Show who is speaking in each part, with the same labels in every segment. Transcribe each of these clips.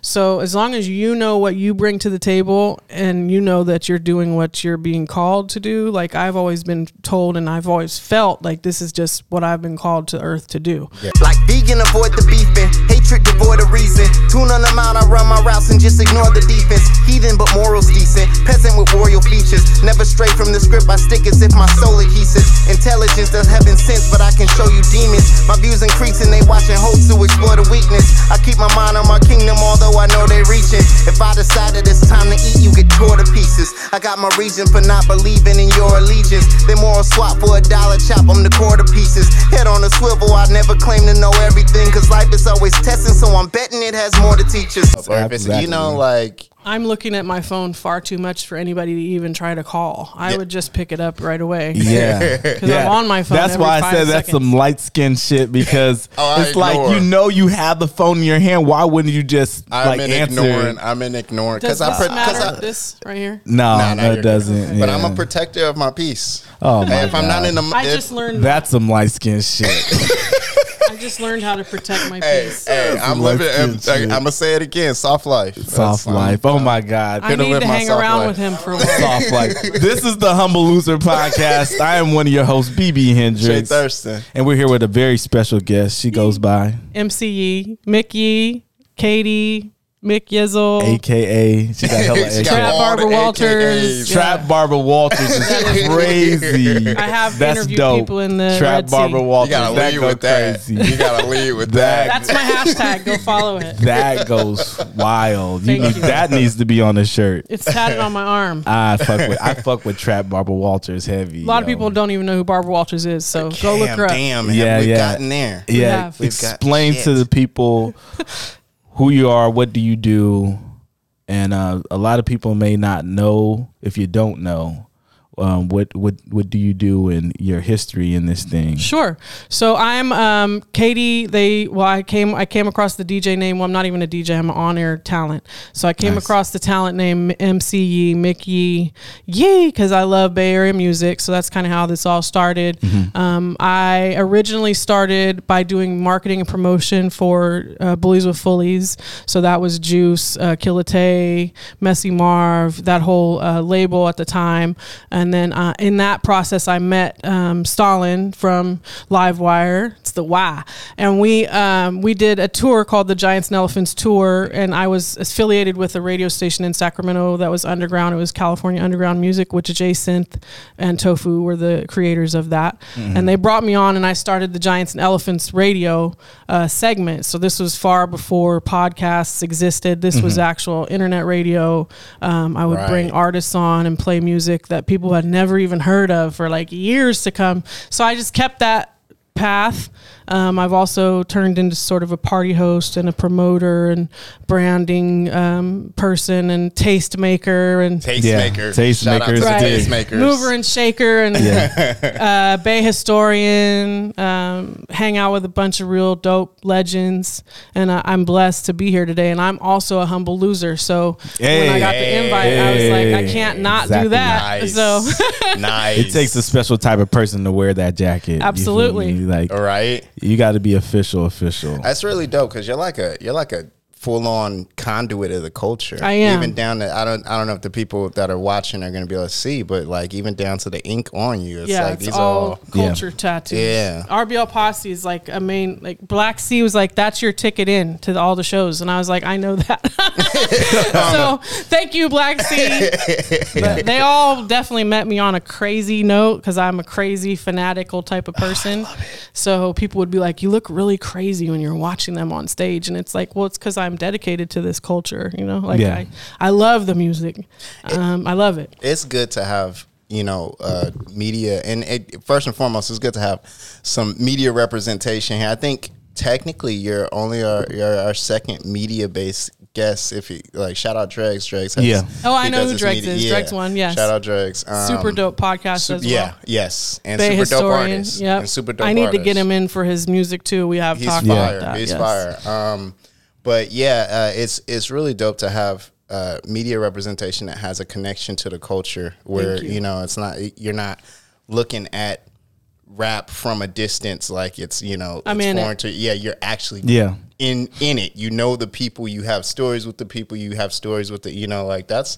Speaker 1: So as long as you know what you bring to the table and you know that you're doing what you're being called to do, like I've always been told and I've always felt like this is just what I've been called to earth to do.
Speaker 2: Like vegan, avoid the beefing. Hatred, devoid of reason. Tune on them out, I run my routes and just ignore the defense. Heathen, but morals decent. Peasant with royal features. Never stray from the script, I stick as if my soul adhesive. Intelligence does heaven sense, but I can show you demons. My views increasing, they watching hope to explore the weakness. I keep my mind on my kingdom, although I know they reaching. If I decided it's time to eat, you get tore to pieces. I got my reason for not believing in your allegiance. They moral swap for a dollar chop, I'm the quarter pieces. Head on a swivel, I never claim to know everything, cause life is always testing, so I'm betting it has more to teach us.
Speaker 3: Exactly.
Speaker 2: You know, like,
Speaker 1: I'm looking at my phone far too much for anybody to even try to call. I would just pick it up right away.
Speaker 3: Yeah.
Speaker 1: Because I'm on my phone.
Speaker 3: That's
Speaker 1: every
Speaker 3: why I
Speaker 1: five
Speaker 3: said that's
Speaker 1: seconds.
Speaker 3: some light skin shit because
Speaker 4: Oh, I
Speaker 3: it's like
Speaker 4: ignore.
Speaker 3: you know you have the phone in your hand. Why wouldn't you just
Speaker 4: I'm
Speaker 3: like
Speaker 4: in
Speaker 3: answer?
Speaker 4: ignoring. I'm in ignoring
Speaker 1: Does
Speaker 4: because I
Speaker 1: this
Speaker 4: pre-
Speaker 1: matter?
Speaker 4: 'cause I-
Speaker 1: this right here.
Speaker 3: No,
Speaker 4: Nah, nah,
Speaker 3: no,
Speaker 4: you're
Speaker 3: it doesn't.
Speaker 4: But I'm
Speaker 3: yeah.
Speaker 4: a protector of my peace.
Speaker 3: Oh
Speaker 4: And
Speaker 3: my
Speaker 4: if I'm not in the,
Speaker 1: I
Speaker 4: if-
Speaker 1: just learned.
Speaker 3: That's some light skin shit.
Speaker 1: I just learned how to protect my
Speaker 4: Hey,
Speaker 1: peace.
Speaker 4: hey, I'm
Speaker 3: Life
Speaker 4: living. I'm,
Speaker 3: is shit.
Speaker 4: gonna say it again. Soft life.
Speaker 3: Soft
Speaker 4: That's- I'm-
Speaker 3: life. Oh my god.
Speaker 1: I
Speaker 4: gonna
Speaker 1: need
Speaker 4: live
Speaker 1: to
Speaker 4: my
Speaker 1: hang
Speaker 4: soft
Speaker 1: around
Speaker 4: life.
Speaker 1: with him for a while.
Speaker 3: Soft life. This is the Humble Loser podcast. I am one of your hosts, BB
Speaker 4: Jay
Speaker 3: Hendricks,
Speaker 4: Thurston.
Speaker 3: and we're here with a very special guest. She goes by,
Speaker 1: MCE, Mickey, E, Katie, Mick Yizzle.
Speaker 3: aka she got hella
Speaker 4: She
Speaker 3: AK.
Speaker 4: got
Speaker 1: Trap
Speaker 4: all the
Speaker 1: Barbara Walters.
Speaker 4: AKAs.
Speaker 3: Trap Barbara Walters is crazy.
Speaker 1: I have interviewed people in the
Speaker 3: Trap
Speaker 1: Red
Speaker 3: Barbara
Speaker 1: Sea.
Speaker 4: You
Speaker 3: Walters.
Speaker 4: gotta
Speaker 3: that
Speaker 4: lead
Speaker 3: go
Speaker 4: with that.
Speaker 3: crazy.
Speaker 4: You gotta lead with
Speaker 3: That-
Speaker 4: that.
Speaker 1: That's my hashtag. Go follow it.
Speaker 3: that goes wild. You
Speaker 1: Thank
Speaker 3: need,
Speaker 1: you.
Speaker 3: That needs to be on a shirt.
Speaker 1: It's tatted on my arm. A
Speaker 3: I fuck with I fuck with Trap Barbara Walters heavy.
Speaker 1: lot of people don't even know who Barbara Walters is, so go look her up.
Speaker 4: Damn,
Speaker 3: Yeah,
Speaker 4: have we
Speaker 3: yeah.
Speaker 4: gotten there?
Speaker 1: We
Speaker 3: Yeah,
Speaker 1: have.
Speaker 4: We've got
Speaker 3: explain to
Speaker 4: shit.
Speaker 3: the people who you are, what do you do, and uh, a lot of people may not know if you don't know. Um, what what what do you do in your history in this thing?
Speaker 1: Sure. So I'm um, Katie. They well, I came I came across the DJ name. Well, I'm not even a DJ. I'm an on air talent. So I came across the talent name MCE Mickey Yee because I love Bay Area music. So that's kind of how this all started. Um, I originally started by doing marketing and promotion for uh, Bullies with Fullies. So that was Juice, uh, Killate, Messy Marv, that whole uh, label at the time. And then uh, in that process, I met um, Stalin from Livewire. It's the Y. And we um, we did a tour called the Giants and Elephants Tour. And I was affiliated with a radio station in Sacramento that was underground. It was California Underground Music, which Jay Synth and Tofu were the creators of that. And they brought me on, and I started the Giants and Elephants radio uh, segment. So this was far before podcasts existed. This was actual internet radio. Um, I would bring artists on and play music that people had never even heard of for like years to come. So I just kept that path. Um, I've also turned into sort of a party host and a promoter and branding um, person and taste maker and
Speaker 4: Tastemaker. Shout out
Speaker 3: Tastemakers.
Speaker 4: to
Speaker 3: Right.
Speaker 4: the tastemakers.
Speaker 1: mover and shaker and uh, Bay historian. Um, hang out with a bunch of real dope legends, and I I'm blessed to be here today. And I'm also a humble loser, so when I got the
Speaker 3: Hey.
Speaker 1: invite, I was like, I
Speaker 3: Hey.
Speaker 1: can't not
Speaker 3: Exactly.
Speaker 1: do that.
Speaker 4: Nice.
Speaker 1: So
Speaker 4: nice.
Speaker 3: It takes a special type of person to wear that jacket. You feel
Speaker 1: Absolutely.
Speaker 3: me? Like
Speaker 4: All right.
Speaker 3: you got to be official, official.
Speaker 4: That's really dope because you're like a you're like a full on conduit of the culture.
Speaker 1: I am.
Speaker 4: even down to I don't I don't know if the people that are watching are going to be able to see, but like even down to the ink on you, it's
Speaker 1: yeah,
Speaker 4: like
Speaker 1: it's
Speaker 4: these
Speaker 1: all,
Speaker 4: all.
Speaker 1: culture tattoos.
Speaker 4: Yeah.
Speaker 1: RBL Posse is like a main like Black Sea was like that's your ticket in to the, all the shows, and I was like I know that. so thank you, Black Sea. but they all definitely met me on a crazy note because I'm a crazy fanatical type
Speaker 4: Oh,
Speaker 1: of person. So people would be like, "You look really crazy when you're watching them on stage," and it's like, well, it's because I'm dedicated to this culture. You know, like
Speaker 3: Yeah.
Speaker 1: I I love the music. Um, I love it.
Speaker 4: It's good to have you know uh, media, and it, first and foremost, it's good to have some media representation here. I think technically you're only our you're our second media based guest. If you like, shout out Dregs. Dregs. Has,
Speaker 3: Yeah.
Speaker 1: Oh, I
Speaker 4: he
Speaker 1: know
Speaker 4: does
Speaker 1: who
Speaker 4: his
Speaker 1: Dregs is. Dregs one, yes.
Speaker 4: Shout out Dregs. Um,
Speaker 1: Super dope podcast
Speaker 4: Sup-
Speaker 1: as well.
Speaker 4: yeah, yes, and
Speaker 1: Bay
Speaker 4: super dope
Speaker 1: historian.
Speaker 4: artist.
Speaker 1: Yep.
Speaker 4: and super dope.
Speaker 1: I need to
Speaker 4: artist.
Speaker 1: get him in for his music too. We have
Speaker 4: He's
Speaker 1: talked
Speaker 4: fire.
Speaker 1: about that.
Speaker 4: He's
Speaker 1: yes.
Speaker 4: fire. Um, but yeah, uh, it's it's really dope to have uh, media representation that has a connection to the culture, where
Speaker 1: Thank you.
Speaker 4: you. know it's not you're not looking at rap from a distance like it's you know
Speaker 1: I'm
Speaker 4: it's
Speaker 1: in it.
Speaker 4: foreign to yeah you're actually
Speaker 3: Yeah.
Speaker 4: in in it you know the people you have stories with the people you have stories with the you know like that's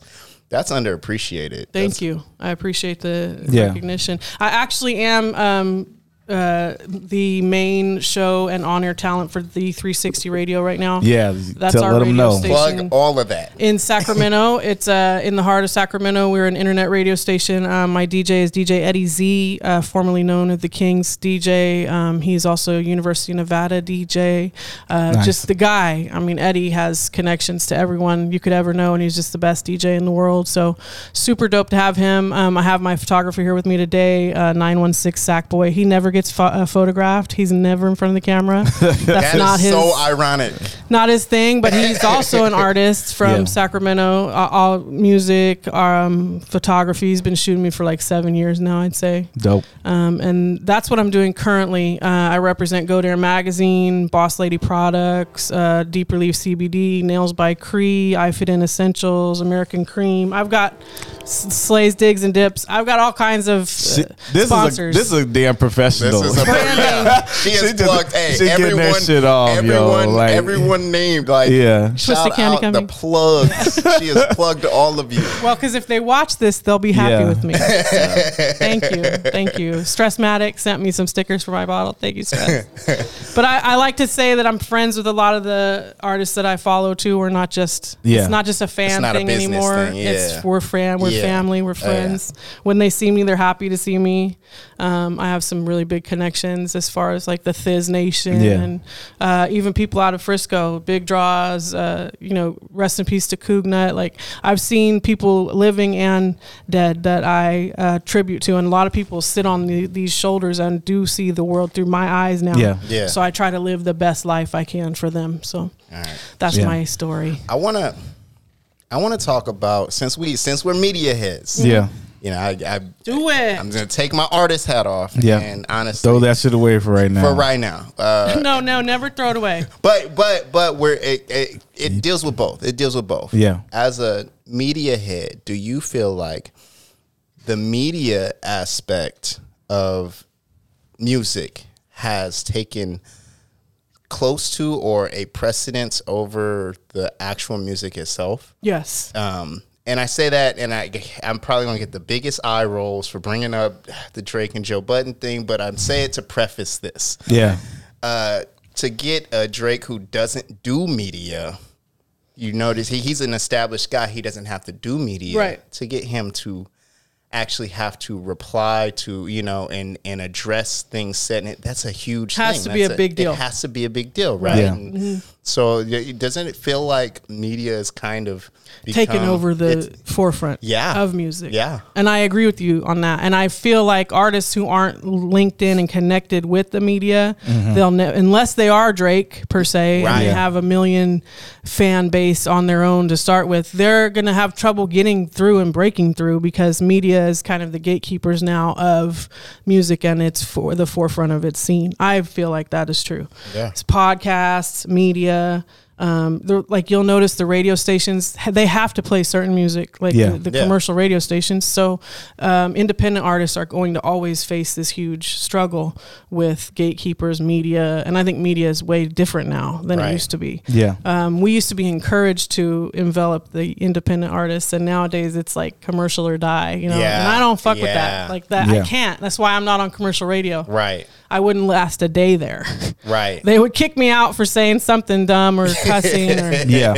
Speaker 4: that's underappreciated
Speaker 1: Thank
Speaker 4: That's-
Speaker 1: you. I appreciate the
Speaker 3: Yeah.
Speaker 1: recognition. I actually am um, uh, the main show and on air talent for the 360 Radio right now.
Speaker 3: Yeah,
Speaker 1: That's
Speaker 3: to
Speaker 1: our
Speaker 3: let 'em
Speaker 1: radio
Speaker 3: know.
Speaker 1: station.
Speaker 4: plug all of that
Speaker 1: in Sacramento. it's uh, in the heart of Sacramento. We're an internet radio station. Um, my DJ is DJ Eddie Z, uh, formerly known as the Kings DJ. Um, he's also a University of Nevada DJ. Uh,
Speaker 3: Nice.
Speaker 1: Just the guy. I mean, Eddie has connections to everyone you could ever know, and he's just the best DJ in the world. So super dope to have him. Um, I have my photographer here with me today, uh, 916 Sackboy. He never gets pho- uh, photographed. He's never in front of the camera. That's
Speaker 4: That is
Speaker 1: not his
Speaker 4: so ironic
Speaker 1: not his thing, but he's also an artist from
Speaker 3: Yeah.
Speaker 1: Sacramento. Uh, all music, um, photography. He's been shooting me for like seven years now, I'd say.
Speaker 3: Dope.
Speaker 1: Um, and that's what I'm doing currently. Uh, I represent Go Dare Magazine, Boss Lady Products, uh, Deep Relief CBD, Nails by Cree, I Fit In Essentials, American Cream. I've got s- slays, digs, and dips. I've got all kinds of uh,
Speaker 3: this
Speaker 1: sponsors.
Speaker 3: is a, this is a damn professional.
Speaker 4: this is a yeah. she has
Speaker 3: She just-
Speaker 4: plugged hey
Speaker 3: she getting that
Speaker 4: everyone
Speaker 3: shit off, yo,
Speaker 4: everyone
Speaker 3: like-
Speaker 4: everyone named like
Speaker 3: yeah.
Speaker 4: shout
Speaker 1: Twisted Candy
Speaker 4: out the
Speaker 1: Company.
Speaker 4: plugs she has plugged all of you
Speaker 1: Well, because if they watch this, they'll be happy
Speaker 3: Yeah.
Speaker 1: with me. So, thank you, thank you. Stressmatic sent me some stickers for my bottle. Thank you, Stress. but I, I like to say that I'm friends with a lot of the artists that I follow too. We're not just
Speaker 3: Yeah.
Speaker 1: it's not just a fan
Speaker 4: not a
Speaker 1: thing
Speaker 4: business
Speaker 1: anymore.
Speaker 4: thing, yeah.
Speaker 1: It's we're fam, we're
Speaker 4: Yeah.
Speaker 1: family, we're
Speaker 4: Oh, yeah.
Speaker 1: friends. When they see me, they're happy to see me. Um, I have some really big connections as far as like the Thiz Nation
Speaker 3: Yeah.
Speaker 1: and uh, even people out of Frisco, Big Draws, uh, you know, rest in peace to Cougnut. Like I've seen people living and dead that I uh, tribute to, and a lot of people sit on the, these shoulders and do see the world through my eyes now.
Speaker 3: Yeah.
Speaker 4: Yeah.
Speaker 1: So I try to live the best life I can for them. So that's
Speaker 3: Yeah.
Speaker 1: my story.
Speaker 4: I want to I want to talk about since we since we're media heads.
Speaker 3: Yeah.
Speaker 4: You know, I, I
Speaker 1: Do it.
Speaker 4: I'm going to take my artist hat off
Speaker 3: Yeah.
Speaker 4: and honestly
Speaker 3: Throw that shit away for right now.
Speaker 4: for right now. Uh,
Speaker 1: no, no, never throw it away.
Speaker 4: but but but we're it, it it deals with both. It deals with both.
Speaker 3: Yeah.
Speaker 4: As a media head, do you feel like the media aspect of music has taken close to or a precedence over the actual music itself?
Speaker 1: Yes.
Speaker 4: Um, and I say that, and I, I'm probably gonna get the biggest eye rolls for bringing up the Drake and Joe Budden thing, but I'm saying it to preface this.
Speaker 3: Yeah.
Speaker 4: Uh, to get a Drake who doesn't do media, you notice he, he's an established guy. He doesn't have to do media.
Speaker 1: Right.
Speaker 4: To get him to actually have to reply to, you know, and and address things said, and it, that's a huge
Speaker 1: Has
Speaker 4: thing.
Speaker 1: to be
Speaker 4: That's
Speaker 1: a big deal.
Speaker 4: It has to be a big deal, right?
Speaker 3: Yeah.
Speaker 4: And So y- doesn't it feel like media is kind of
Speaker 1: taken
Speaker 4: become-
Speaker 1: over
Speaker 4: it's-
Speaker 1: the forefront
Speaker 4: Yeah.
Speaker 1: of music.
Speaker 4: Yeah.
Speaker 1: And I agree with you on that. And I feel like artists who aren't linked in and connected with the media, they'll ne- unless they are Drake per se
Speaker 4: Mm-hmm. Right.
Speaker 1: and they
Speaker 4: Yeah.
Speaker 1: have a million fan base on their own to start with, they're going to have trouble getting through and breaking through because media is kind of the gatekeepers now of music and it's for the forefront of its scene. I feel like that is true.
Speaker 4: Yeah.
Speaker 1: It's podcasts, media, um, they're- like you'll notice the radio stations ha- they have to play certain music like
Speaker 3: Yeah.
Speaker 1: the, the
Speaker 4: Yeah.
Speaker 1: commercial radio stations so um, independent artists are going to always face this huge struggle with gatekeepers media and i think media is way different now than
Speaker 4: Right.
Speaker 1: it used to be
Speaker 3: Yeah.
Speaker 1: um, we used to be encouraged to envelop the independent artists and nowadays it's like commercial or die you know
Speaker 4: Yeah.
Speaker 1: and i don't fuck with
Speaker 4: Yeah.
Speaker 1: that like that
Speaker 3: Yeah.
Speaker 1: i can't that's why i'm not on commercial radio
Speaker 4: Right.
Speaker 1: i wouldn't last a day there
Speaker 4: Right.
Speaker 1: they would kick me out for saying something dumb or cussing or
Speaker 3: Yeah.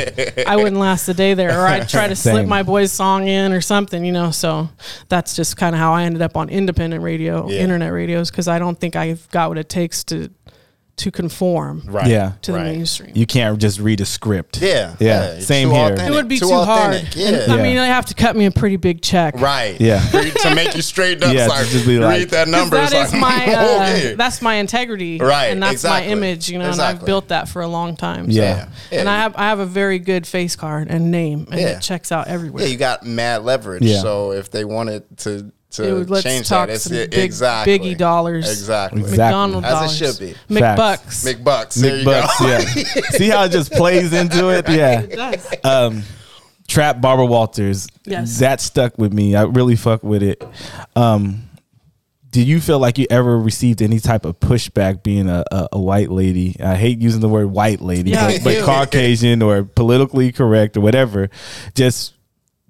Speaker 1: I wouldn't last a day there, or I'd try to slip
Speaker 3: Same.
Speaker 1: my boy's song in or something, you know. So that's just kind of how I ended up on independent radio,
Speaker 4: Yeah.
Speaker 1: internet radios, because I don't think I've got what it takes to to conform
Speaker 4: right.
Speaker 3: Yeah.
Speaker 1: to
Speaker 4: Right.
Speaker 1: the mainstream.
Speaker 3: You can't just read a script.
Speaker 4: Yeah.
Speaker 3: Yeah.
Speaker 4: It's
Speaker 3: Same
Speaker 4: too
Speaker 3: here.
Speaker 1: it
Speaker 4: authentic.
Speaker 1: would be
Speaker 4: Too
Speaker 1: too, hard.
Speaker 4: authentic,
Speaker 1: And,
Speaker 4: yeah.
Speaker 1: I mean, they have to cut me a pretty big check.
Speaker 4: Right.
Speaker 3: Yeah.
Speaker 4: For you- to make you straight up,
Speaker 3: Yeah,
Speaker 4: yeah,
Speaker 3: to just be like-
Speaker 4: read that
Speaker 1: 'Cause
Speaker 4: number.
Speaker 1: that
Speaker 4: it's
Speaker 1: is
Speaker 4: like,
Speaker 1: my uh,
Speaker 4: okay.
Speaker 1: that's my integrity,
Speaker 4: Right,
Speaker 1: And that's
Speaker 4: exactly.
Speaker 1: my image, you know. And I've
Speaker 4: Exactly.
Speaker 1: built that for a long time. so-
Speaker 3: Yeah.
Speaker 4: Yeah.
Speaker 1: And
Speaker 4: Yeah,
Speaker 1: I
Speaker 4: you-
Speaker 1: have I have a very good face card and name, and
Speaker 4: Yeah.
Speaker 1: it checks out everywhere.
Speaker 4: yeah, you got mad leverage.
Speaker 3: Yeah.
Speaker 4: So if they wanted to
Speaker 1: It
Speaker 4: to
Speaker 1: would- let's
Speaker 4: change
Speaker 1: talk
Speaker 4: that, it's
Speaker 1: some
Speaker 4: it-
Speaker 1: big-
Speaker 4: exactly
Speaker 1: biggie dollars.
Speaker 4: Exactly.
Speaker 3: Exactly.
Speaker 1: McDonald's
Speaker 4: As it
Speaker 1: dollars.
Speaker 4: should be.
Speaker 1: McBucks.
Speaker 4: McBucks. There you
Speaker 3: McBucks,
Speaker 4: go.
Speaker 3: yeah. See how it just plays into it?
Speaker 1: It
Speaker 3: Yeah.
Speaker 1: does.
Speaker 3: Trap Barbara Walters.
Speaker 1: Yes.
Speaker 3: That stuck with me. I really fuck with it. Um Did you feel like you ever received any type of pushback being a, a, a white lady? I hate using the word white lady,
Speaker 1: Yeah.
Speaker 3: but, but Caucasian or politically correct or whatever. Just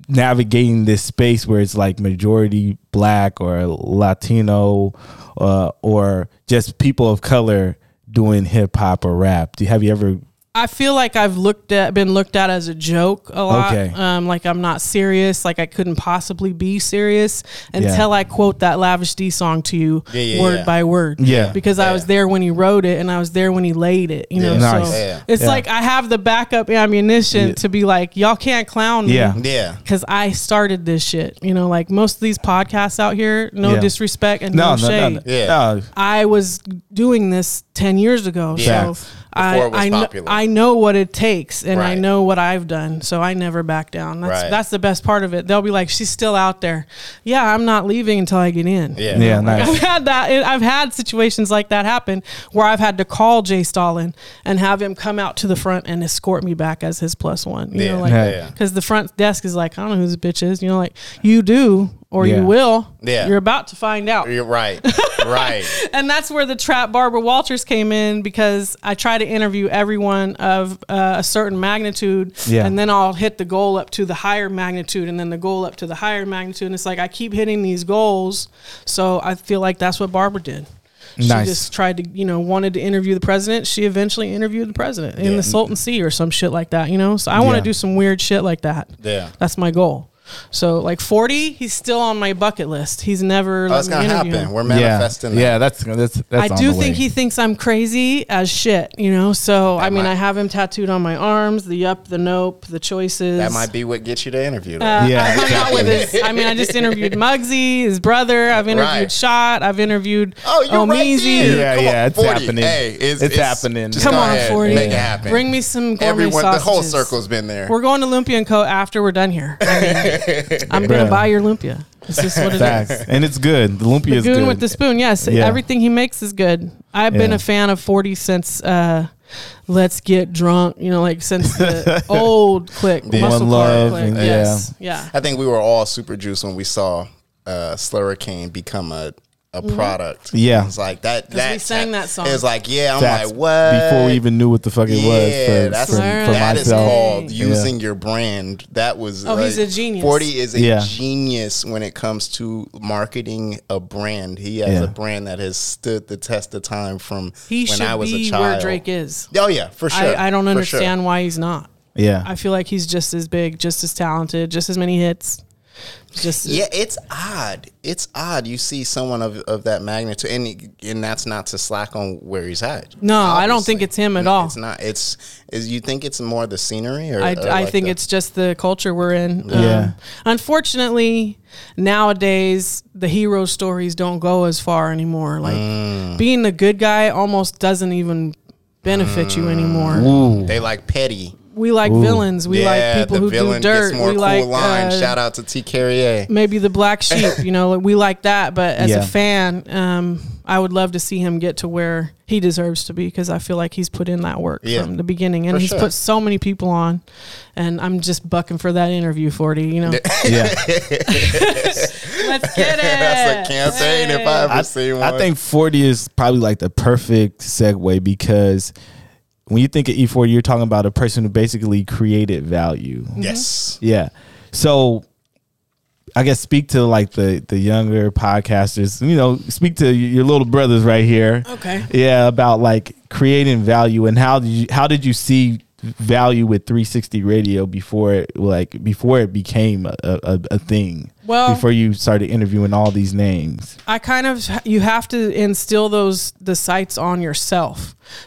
Speaker 3: navigating this space where it's like majority black or Latino uh, or just people of color doing hip hop or rap. Do have you ever?
Speaker 1: I feel like I've looked at been looked at as a joke a lot.
Speaker 3: Okay.
Speaker 1: Um, like I'm not serious. Like I couldn't possibly be serious until I quote that Lavish D song to you
Speaker 4: yeah,
Speaker 1: word
Speaker 4: yeah.
Speaker 1: by word.
Speaker 3: Yeah.
Speaker 1: Because I was
Speaker 4: Yeah.
Speaker 1: there when he wrote it and I was there when he laid it. You know,
Speaker 3: Yeah. Nice.
Speaker 1: so
Speaker 4: Yeah.
Speaker 1: it's
Speaker 3: Yeah.
Speaker 1: like I have the backup ammunition to be like, y'all can't clown me.
Speaker 3: Yeah.
Speaker 4: Yeah.
Speaker 1: Cause I started this shit, you know. Like most of these podcasts out here, no
Speaker 3: Yeah.
Speaker 1: disrespect and
Speaker 3: No,
Speaker 1: no,
Speaker 3: no,
Speaker 1: shade.
Speaker 3: no, no,
Speaker 4: Yeah.
Speaker 3: no.
Speaker 1: I was doing this 10 years ago.
Speaker 3: Yeah.
Speaker 1: So
Speaker 4: Before
Speaker 1: I,
Speaker 4: it was
Speaker 1: I, kn-
Speaker 4: popular.
Speaker 1: I know what it takes and I
Speaker 4: Right.
Speaker 1: know what I've done. So I never back down. That's,
Speaker 4: Right.
Speaker 1: that's the best part of it. They'll be like, she's still out there. Yeah, I'm not leaving until I get in.
Speaker 4: Yeah.
Speaker 3: Yeah,
Speaker 1: I've
Speaker 3: nice.
Speaker 1: had that. I've had situations like that happen where I've had to call Jay Stalin and have him come out to the front and escort me back as his plus one. You
Speaker 4: Yeah.
Speaker 1: know, like
Speaker 3: Yeah.
Speaker 1: because the front desk is like, I don't know who this bitch is. You know, like you do or
Speaker 3: Yeah.
Speaker 1: you will.
Speaker 4: Yeah.
Speaker 1: you're about to find out.
Speaker 4: You're right. Right.
Speaker 1: And that's where the trap Barbara Walters came in because I try to interview everyone of uh, a certain magnitude,
Speaker 3: Yeah.
Speaker 1: and then I'll hit the goal up to the higher magnitude, and then the goal up to the higher magnitude. And it's like I keep hitting these goals, so I feel like that's what Barbara did. She
Speaker 3: Nice.
Speaker 1: just tried to, you know, wanted to interview the president. She eventually interviewed the president in the Salton Sea or some shit like that, you know? So I want
Speaker 3: Yeah.
Speaker 1: to do some weird shit like that.
Speaker 4: Yeah.
Speaker 1: That's my goal. So like 40, he's still on my bucket list. He's never let
Speaker 4: Oh, That's
Speaker 1: me
Speaker 4: gonna
Speaker 1: interview
Speaker 4: happen.
Speaker 1: him.
Speaker 4: We're manifesting.
Speaker 3: Yeah, yeah, that's that's
Speaker 1: I
Speaker 3: that's. on
Speaker 1: do
Speaker 3: the
Speaker 1: think
Speaker 3: way.
Speaker 1: he thinks I'm crazy as shit, you know. So I mean,
Speaker 4: might-
Speaker 1: I have him tattooed on my arms. The up, the nope, the choices.
Speaker 4: That. that might be what gets you to interview. though.
Speaker 1: Uh,
Speaker 3: Yeah,
Speaker 1: Hung out with his- I mean, I just interviewed Muggsy, his brother. I've interviewed
Speaker 4: Right.
Speaker 1: Shot. I've interviewed
Speaker 4: Oh, you're right
Speaker 1: Omizi.
Speaker 4: there.
Speaker 3: Yeah,
Speaker 4: Come
Speaker 3: yeah,
Speaker 4: on,
Speaker 3: it's happening.
Speaker 4: Hey, it's,
Speaker 3: It's happening.
Speaker 4: just
Speaker 1: Come
Speaker 4: go
Speaker 1: on,
Speaker 4: ahead,
Speaker 1: 40.
Speaker 4: Make it happen.
Speaker 1: Bring me some gourmet
Speaker 4: Everyone,
Speaker 1: sausages.
Speaker 4: the whole circle's been there.
Speaker 1: We're going to Lumpia and Co. after we're done here. I am
Speaker 3: Bruh.
Speaker 1: gonna buy your Lumpia. It's just what it is.
Speaker 3: Facts. and it's good. The lumpia is
Speaker 1: Goon
Speaker 3: good.
Speaker 1: with the spoon. Yes,
Speaker 3: Yeah.
Speaker 1: everything he makes is good. I've been
Speaker 3: Yeah.
Speaker 1: a fan of Forty since uh, Let's Get Drunk. You know, like since the old click,
Speaker 3: Yeah.
Speaker 1: muscle
Speaker 3: One
Speaker 1: car
Speaker 3: Love
Speaker 1: click.
Speaker 3: and-
Speaker 1: yes, yeah.
Speaker 4: I think we were all super juiced when we saw uh, Slurricane become a a product.
Speaker 3: Yeah.
Speaker 4: it's like that. That
Speaker 1: Mm-hmm. we sang that song.
Speaker 4: It's like yeah, I'm
Speaker 3: That's
Speaker 4: like what
Speaker 3: Before we even knew what the fuck it was.
Speaker 4: Yeah,
Speaker 3: for-
Speaker 4: that's
Speaker 3: for,
Speaker 1: Alright.
Speaker 3: for
Speaker 4: that is
Speaker 3: myself.
Speaker 4: called
Speaker 3: Yeah.
Speaker 4: using your brand. That was
Speaker 1: Oh, he's
Speaker 4: like-
Speaker 1: a genius.
Speaker 4: Forty is a
Speaker 3: Yeah.
Speaker 4: genius when it comes to marketing a brand. He has
Speaker 3: Yeah.
Speaker 4: a brand that has stood the test of time from
Speaker 1: He
Speaker 4: when
Speaker 1: should
Speaker 4: I was
Speaker 1: be
Speaker 4: a child.
Speaker 1: where Drake is.
Speaker 4: Oh yeah, for sure.
Speaker 1: I, I don't
Speaker 4: for sure.
Speaker 1: understand why he's not.
Speaker 3: Yeah.
Speaker 1: I feel like he's just as big, just as talented, just as many hits. Just
Speaker 4: Yeah, it's odd. It's odd. You see someone of, of that magnitude, and and that's not to slack on where he's at.
Speaker 1: No, I don't think it's him at all.
Speaker 4: It's not. It's is you think it's more the scenery, or
Speaker 1: I,
Speaker 4: or
Speaker 1: I
Speaker 4: like
Speaker 1: think
Speaker 4: the-
Speaker 1: it's just the culture we're in. Um,
Speaker 3: Yeah.
Speaker 1: Unfortunately, nowadays the hero stories don't go as far anymore. Like
Speaker 4: Mm.
Speaker 1: being the good guy almost doesn't even benefit you
Speaker 4: Mm.
Speaker 1: anymore.
Speaker 4: they like petty.
Speaker 1: We like villains. We
Speaker 4: yeah,
Speaker 1: like people
Speaker 4: the
Speaker 1: who do
Speaker 4: villain
Speaker 1: dirt.
Speaker 4: gets more
Speaker 1: we
Speaker 4: cool
Speaker 1: like
Speaker 4: line.
Speaker 1: uh,
Speaker 4: Shout out to T. Carrier.
Speaker 1: maybe the black sheep. You know, like, we like that. But as
Speaker 3: Yeah.
Speaker 1: a fan, um, I would love to see him get to where he deserves to be because I feel like he's put in that work
Speaker 4: Yeah.
Speaker 1: from the beginning, and
Speaker 4: For
Speaker 1: he's
Speaker 4: sure.
Speaker 1: put so many people on. And I'm just bucking for that interview, forty. You know,
Speaker 3: Yeah.
Speaker 1: let's get it.
Speaker 4: That's a campaign if I ever
Speaker 3: I,
Speaker 4: seen one.
Speaker 3: I think Mhm. 40 is probably like the perfect segue because when you think of E40, you're talking about a person who basically created value.
Speaker 4: yes.
Speaker 3: Yeah. So I guess speak to like the the younger podcasters, you know, speak to y- your little brothers right here.
Speaker 1: Okay.
Speaker 3: Yeah, about like creating value and how did you how did you see value with 360 radio before it like before it became a, a, a- a thing?
Speaker 1: Well-
Speaker 3: before you started interviewing all these names.
Speaker 1: I kind of you have to instill those the sights on yourself.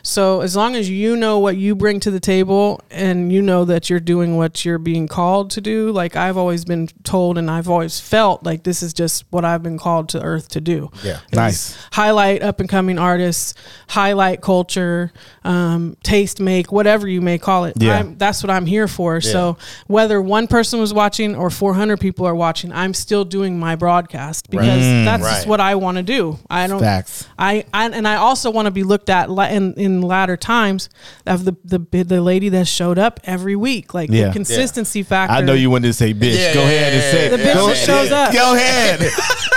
Speaker 1: So as long as you know what you bring to the table and you know that you're doing what you're being called to do, like I've always been told and I've always felt like this is just what I've been called to earth to do.
Speaker 4: Yeah.
Speaker 1: Is
Speaker 3: Nice.
Speaker 1: Highlight up and coming artists, highlight culture, um, taste make, whatever you may call it.
Speaker 3: Yeah.
Speaker 1: I'm, that's what I'm here for. So whether one person was watching or 400 people are watching, I'm I'm still doing my broadcast because that's just
Speaker 4: Right.
Speaker 1: what I want to do. I don't.
Speaker 3: Facts.
Speaker 1: I, I and I also want to be looked at la- in in latter times of the the bi- the lady that showed up every week, like
Speaker 3: Yeah.
Speaker 1: the consistency factor.
Speaker 3: I know you wanted to say bitch.
Speaker 4: Yeah,
Speaker 3: go
Speaker 4: yeah,
Speaker 3: ahead
Speaker 4: yeah,
Speaker 3: and say
Speaker 4: yeah,
Speaker 1: The bitch
Speaker 3: go,
Speaker 1: that shows up.
Speaker 3: Go ahead.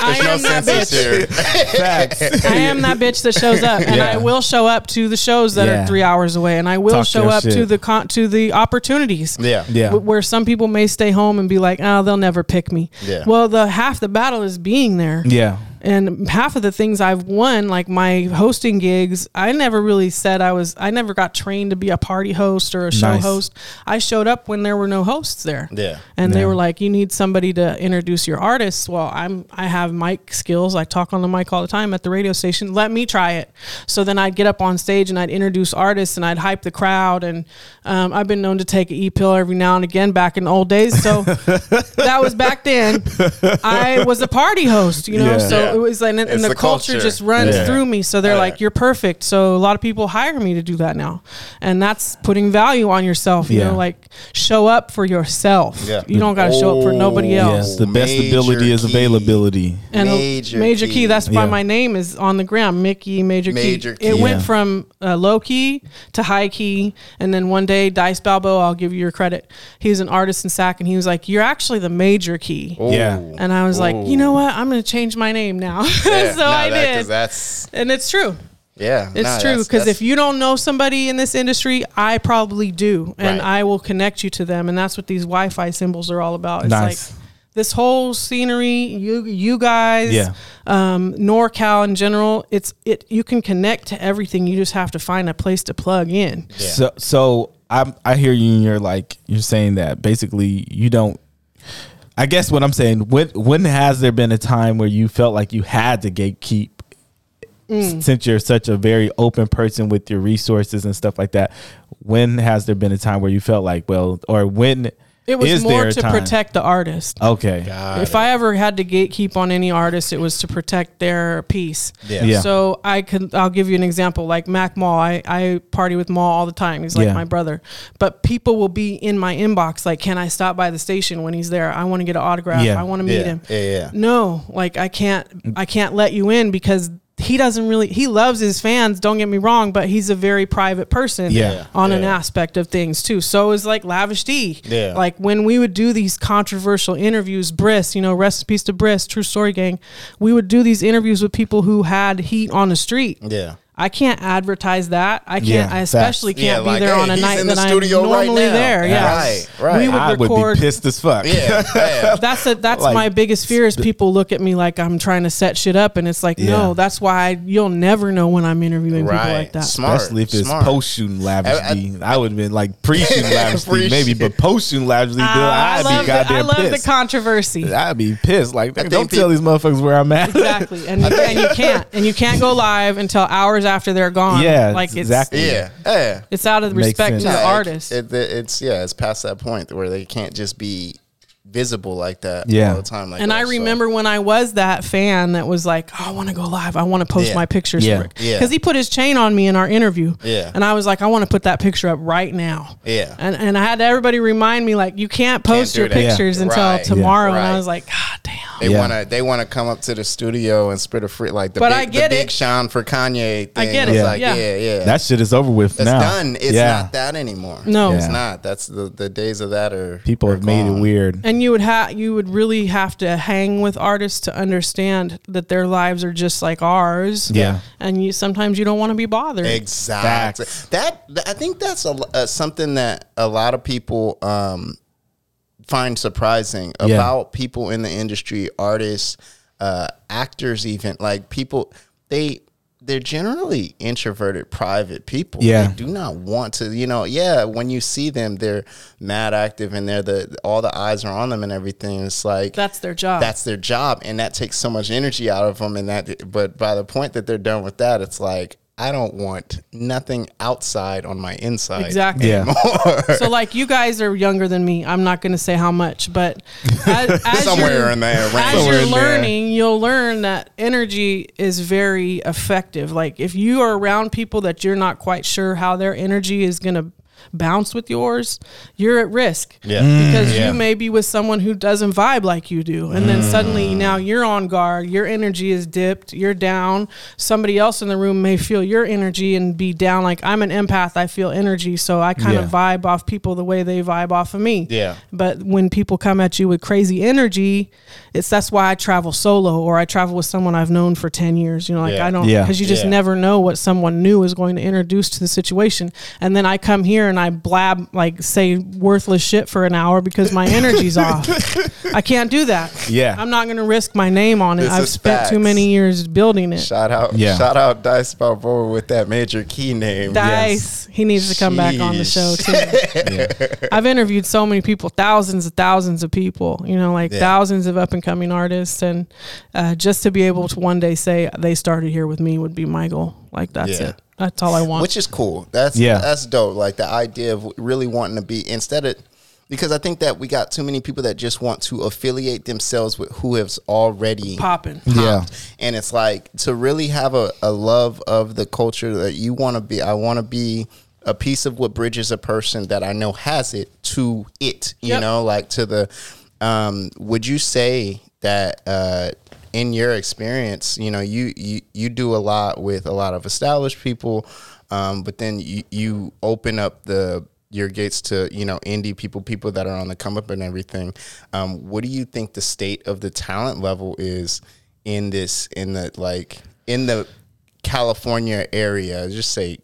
Speaker 1: I
Speaker 4: There's no
Speaker 1: am that
Speaker 4: sense
Speaker 1: bitch.
Speaker 4: in shit.
Speaker 3: Facts.
Speaker 1: I am that bitch that shows up, and
Speaker 3: Yeah.
Speaker 1: I will show up to the shows that
Speaker 3: Yeah.
Speaker 1: are three hours away, and I will
Speaker 3: Talk
Speaker 1: show
Speaker 3: your
Speaker 1: up to
Speaker 3: shit.
Speaker 1: the con- to the opportunities.
Speaker 4: Yeah.
Speaker 3: Yeah.
Speaker 1: wh- where some people may stay home and be like, "Oh, they'll never pick me."
Speaker 4: Yeah.
Speaker 1: Well, the half the battle is being there.
Speaker 3: Yeah.
Speaker 1: And half of the things I've won, like my hosting gigs, I never really said I was. I never got trained to be a party host or a show
Speaker 3: Nice.
Speaker 1: host. I showed up when there were no hosts there.
Speaker 4: Yeah.
Speaker 1: And they
Speaker 3: Yeah.
Speaker 1: were like, "You need somebody to introduce your artists." Well, I'm. I have mic skills. I talk on the mic all the time at the radio station. Let me try it. So then I'd get up on stage and I'd introduce artists and I'd hype the crowd. And um, I've been known to take an e pill every now and again back in the old days. So that was back then. I was a party host, you know.
Speaker 3: Yeah.
Speaker 1: So
Speaker 4: Yeah.
Speaker 1: it was like, and, and
Speaker 4: It's
Speaker 1: the,
Speaker 4: the
Speaker 1: culture,
Speaker 4: culture.
Speaker 1: just runs
Speaker 3: Yeah.
Speaker 1: through me. So they're
Speaker 4: Yeah.
Speaker 1: like, "You're perfect." So a lot of people hire me to do that now, and that's putting value on yourself. You
Speaker 3: Yeah.
Speaker 1: know, like show up for yourself.
Speaker 4: Yeah.
Speaker 1: You don't got to show up for nobody
Speaker 4: Oh,
Speaker 1: else.
Speaker 3: Yes, the best
Speaker 4: Major
Speaker 3: ability is
Speaker 4: key.
Speaker 3: availability.
Speaker 1: And
Speaker 4: Major
Speaker 1: major, major
Speaker 4: key.
Speaker 1: key. That's why
Speaker 3: Yeah.
Speaker 1: my name is on the ground, Mickey Major,
Speaker 4: Major
Speaker 1: Key. It
Speaker 4: key.
Speaker 1: went
Speaker 3: Yeah.
Speaker 1: from uh, low key to high key, and then one day Dice Balbo, I'll give you your credit. He's an artist in Sac, and he was like, "You're actually the Major Key."
Speaker 3: Yeah.
Speaker 1: And I was like, you know what? I'm going to change my name now.
Speaker 4: Yeah,
Speaker 1: so
Speaker 4: no,
Speaker 1: I
Speaker 4: that- 'cause
Speaker 1: did.
Speaker 4: That's
Speaker 1: and it's true.
Speaker 4: yeah.
Speaker 1: It's true.
Speaker 4: no, that's-
Speaker 1: Because
Speaker 4: that's-
Speaker 1: if you don't know somebody in this industry, I probably do. And
Speaker 4: Right.
Speaker 1: I will connect you to them. And that's what these Wi Fi symbols are all about. It's
Speaker 3: Nice.
Speaker 1: like this whole scenery, you you guys,
Speaker 3: Yeah.
Speaker 1: um, NorCal in general, it's it you can connect to everything. You just have to find a place to plug in.
Speaker 3: So so I I hear you and you're like you're saying that basically you don't I guess what I'm saying when when has there been a time where you felt like you had to gatekeep
Speaker 1: Mm.
Speaker 3: s- since you're such a very open person with your resources and stuff like that when has there been a time where you felt like well or when
Speaker 1: It was
Speaker 3: is there
Speaker 1: more
Speaker 3: a
Speaker 1: to
Speaker 3: time?
Speaker 1: protect the artist.
Speaker 3: Okay.
Speaker 1: if I ever had to gatekeep on any artist, it was to protect their piece.
Speaker 4: Yeah.
Speaker 3: Yeah.
Speaker 1: So I could, I'll give you an example. Like Mac Mall, I, I party with Mall all the time. He's like
Speaker 3: Yeah.
Speaker 1: my brother. But people will be in my inbox like, can I stop by the station when he's there? I want to get an autograph.
Speaker 3: Yeah.
Speaker 1: I want to meet
Speaker 4: Yeah.
Speaker 1: him.
Speaker 4: Yeah, yeah.
Speaker 1: No, like I can't, I can't let you in because he doesn't really he loves his fans don't get me wrong but he's a very private person
Speaker 3: Yeah.
Speaker 1: on an
Speaker 4: Yeah.
Speaker 1: aspect of things too so it's like lavish d
Speaker 4: Yeah.
Speaker 1: like when we would do these controversial interviews, Briss, you know, rest in peace to Briss, true story gang, we would do these interviews with people who had heat on the street.
Speaker 4: yeah.
Speaker 1: I can't advertise that. I can't.
Speaker 3: Yeah,
Speaker 1: I especially
Speaker 3: facts.
Speaker 1: can't
Speaker 4: Yeah,
Speaker 1: be
Speaker 4: like,
Speaker 1: there
Speaker 4: hey,
Speaker 1: on a
Speaker 4: he's
Speaker 1: night
Speaker 4: in the
Speaker 1: that I'm
Speaker 4: studio right
Speaker 1: normally
Speaker 4: now.
Speaker 1: there. Yeah,
Speaker 4: Right, right.
Speaker 1: We would
Speaker 3: I would
Speaker 1: record.
Speaker 3: be pissed as fuck.
Speaker 4: Yeah, yeah.
Speaker 1: That's a, that's
Speaker 3: Like,
Speaker 1: my biggest fear is people look at me like I'm trying to set shit up, and it's like
Speaker 3: Yeah.
Speaker 1: no. That's why I, you'll never know when I'm interviewing people
Speaker 4: Right.
Speaker 1: like that.
Speaker 4: Smart.
Speaker 3: Especially if it's
Speaker 4: smart.
Speaker 3: post shooting lavish
Speaker 4: I- I-
Speaker 3: D. I would have been like pre shooting lavish D maybe,
Speaker 4: Pre-shoot.
Speaker 3: but post shooting lavish D,
Speaker 1: I,
Speaker 3: I'd
Speaker 1: love
Speaker 3: be
Speaker 1: the, I
Speaker 3: goddamn
Speaker 1: love the
Speaker 3: pissed.
Speaker 1: controversy.
Speaker 3: I'd be pissed. Like,
Speaker 4: think
Speaker 3: don't tell
Speaker 4: people-
Speaker 3: these motherfuckers where I'm at.
Speaker 1: Exactly, and, and you can't, and you can't go live until hours after they're gone.
Speaker 3: Yeah,
Speaker 1: like it's
Speaker 3: exactly.
Speaker 4: yeah, yeah.
Speaker 1: it's out of
Speaker 3: Makes
Speaker 1: respect
Speaker 3: sense.
Speaker 1: to the
Speaker 4: Yeah, it-
Speaker 1: artist.
Speaker 4: It, it- it's yeah, it's past that point where they can't just be visible like that
Speaker 3: Yeah.
Speaker 4: all the time. Like
Speaker 1: and
Speaker 4: that,
Speaker 1: I
Speaker 4: so-
Speaker 1: remember when I was that fan that was like, oh, I want to go live. I want to post
Speaker 4: Yeah.
Speaker 1: my pictures.
Speaker 3: Yeah.
Speaker 4: Yeah.
Speaker 1: Because he put his chain on me in our interview.
Speaker 4: Yeah.
Speaker 1: And I was like, I want to put that picture up right now.
Speaker 4: Yeah.
Speaker 1: And and I had everybody remind me like, you can't post
Speaker 4: do
Speaker 1: your
Speaker 4: that. Yeah.
Speaker 1: pictures until
Speaker 4: Right.
Speaker 1: tomorrow. And
Speaker 4: Right.
Speaker 1: I was like, God damn.
Speaker 4: They
Speaker 3: Yeah.
Speaker 4: wanna they wanna come up to the studio and spit a free like the
Speaker 1: But
Speaker 4: big,
Speaker 1: I get
Speaker 4: the big
Speaker 1: it.
Speaker 4: Sean for Kanye thing.
Speaker 1: I get
Speaker 4: It's
Speaker 1: it,
Speaker 4: like, yeah,
Speaker 1: yeah.
Speaker 4: yeah.
Speaker 3: That shit is over with
Speaker 4: That's
Speaker 3: now.
Speaker 4: done. It's
Speaker 3: Yeah.
Speaker 4: not that anymore.
Speaker 1: No.
Speaker 4: It's
Speaker 3: Yeah.
Speaker 4: not. That's the, the days of that are
Speaker 3: People
Speaker 4: are
Speaker 3: have made
Speaker 4: gone.
Speaker 3: it weird.
Speaker 1: And you would have you would really have to hang with artists to understand that their lives are just like ours.
Speaker 3: Yeah.
Speaker 1: And you sometimes you don't want to be bothered.
Speaker 4: Exactly.
Speaker 3: Facts.
Speaker 4: That th- I think that's a, lo- uh, something that a lot of people um, find surprising
Speaker 3: Yeah.
Speaker 4: about people in the industry, artists, uh, actors, even like people. They they're generally introverted, private people.
Speaker 3: Yeah.
Speaker 4: They do not want to. You know, yeah. When you see them, they're mad active, and they're the all the eyes are on them and everything. It's like
Speaker 1: That's their job.
Speaker 4: that's their job and that takes so much energy out of them and that but by the point that they're done with that it's like i don't want nothing outside on my inside
Speaker 1: exactly.
Speaker 3: Yeah.
Speaker 1: So like you guys are younger than me. I'm not going to say how much, but as, as
Speaker 4: somewhere
Speaker 1: you're,
Speaker 4: in there
Speaker 1: as
Speaker 4: range.
Speaker 1: you're
Speaker 3: in there.
Speaker 1: learning, you'll learn that energy is very effective. Like if you are around people that you're not quite sure how their energy is going to bounce with yours, you're at risk.
Speaker 4: Yeah.
Speaker 3: Mm.
Speaker 1: Because
Speaker 4: Mm, Yeah. Mm.
Speaker 1: you may be with someone who doesn't vibe like you do. And then suddenly now you're on guard, your energy is dipped, you're down. Somebody else in the room may feel your energy and be down. Like I'm an empath, I feel energy. So I kind of
Speaker 3: Yeah.
Speaker 1: vibe off people the way they vibe off of me.
Speaker 4: Yeah.
Speaker 1: But when people come at you with crazy energy, it's that's why I travel solo or I travel with someone I've known for 10 years. You know, like
Speaker 4: Yeah.
Speaker 1: I don't,
Speaker 3: Yeah.
Speaker 1: because you just
Speaker 4: Yeah.
Speaker 1: never know what someone new is going to introduce to the situation. And then I come here and I blab, like say worthless shit for an hour because my energy's off. I can't do that.
Speaker 3: Yeah.
Speaker 1: I'm not going to risk my name on it.
Speaker 4: This
Speaker 1: I've
Speaker 4: is
Speaker 1: spent too
Speaker 4: facts.
Speaker 1: many years building it.
Speaker 4: Shout out,
Speaker 3: Yeah.
Speaker 4: shout out, Dice Balboa with that major key name.
Speaker 1: Dice, he needs to come back on the show
Speaker 4: Jeez.
Speaker 1: too. I've interviewed so many people, thousands and thousands of people, you know, like
Speaker 4: Yeah.
Speaker 1: thousands of up and coming artists. And uh, just to be able to one day say they started here with me would be my goal. Like, that's
Speaker 4: Yeah.
Speaker 1: it. That's all I want.
Speaker 4: which is cool. That's
Speaker 3: Yeah.
Speaker 4: that's dope. Like the idea of really wanting to be instead of because I think that we got too many people that just want to affiliate themselves with who has already
Speaker 1: popping.
Speaker 3: Yeah.
Speaker 4: and it's like to really have a, a love of the culture that you want to be. I want to be a piece of what bridges a person that I know has it to it. You
Speaker 1: Yep.
Speaker 4: know, like to the. Um, would you say that uh, in your experience, you know, you, you you do a lot with a lot of established people, um, but then you, you open up the your gates to you know indie people, people that are on the come up and everything. Um, what do you think the state of the talent level is in this in the like in the California area, just say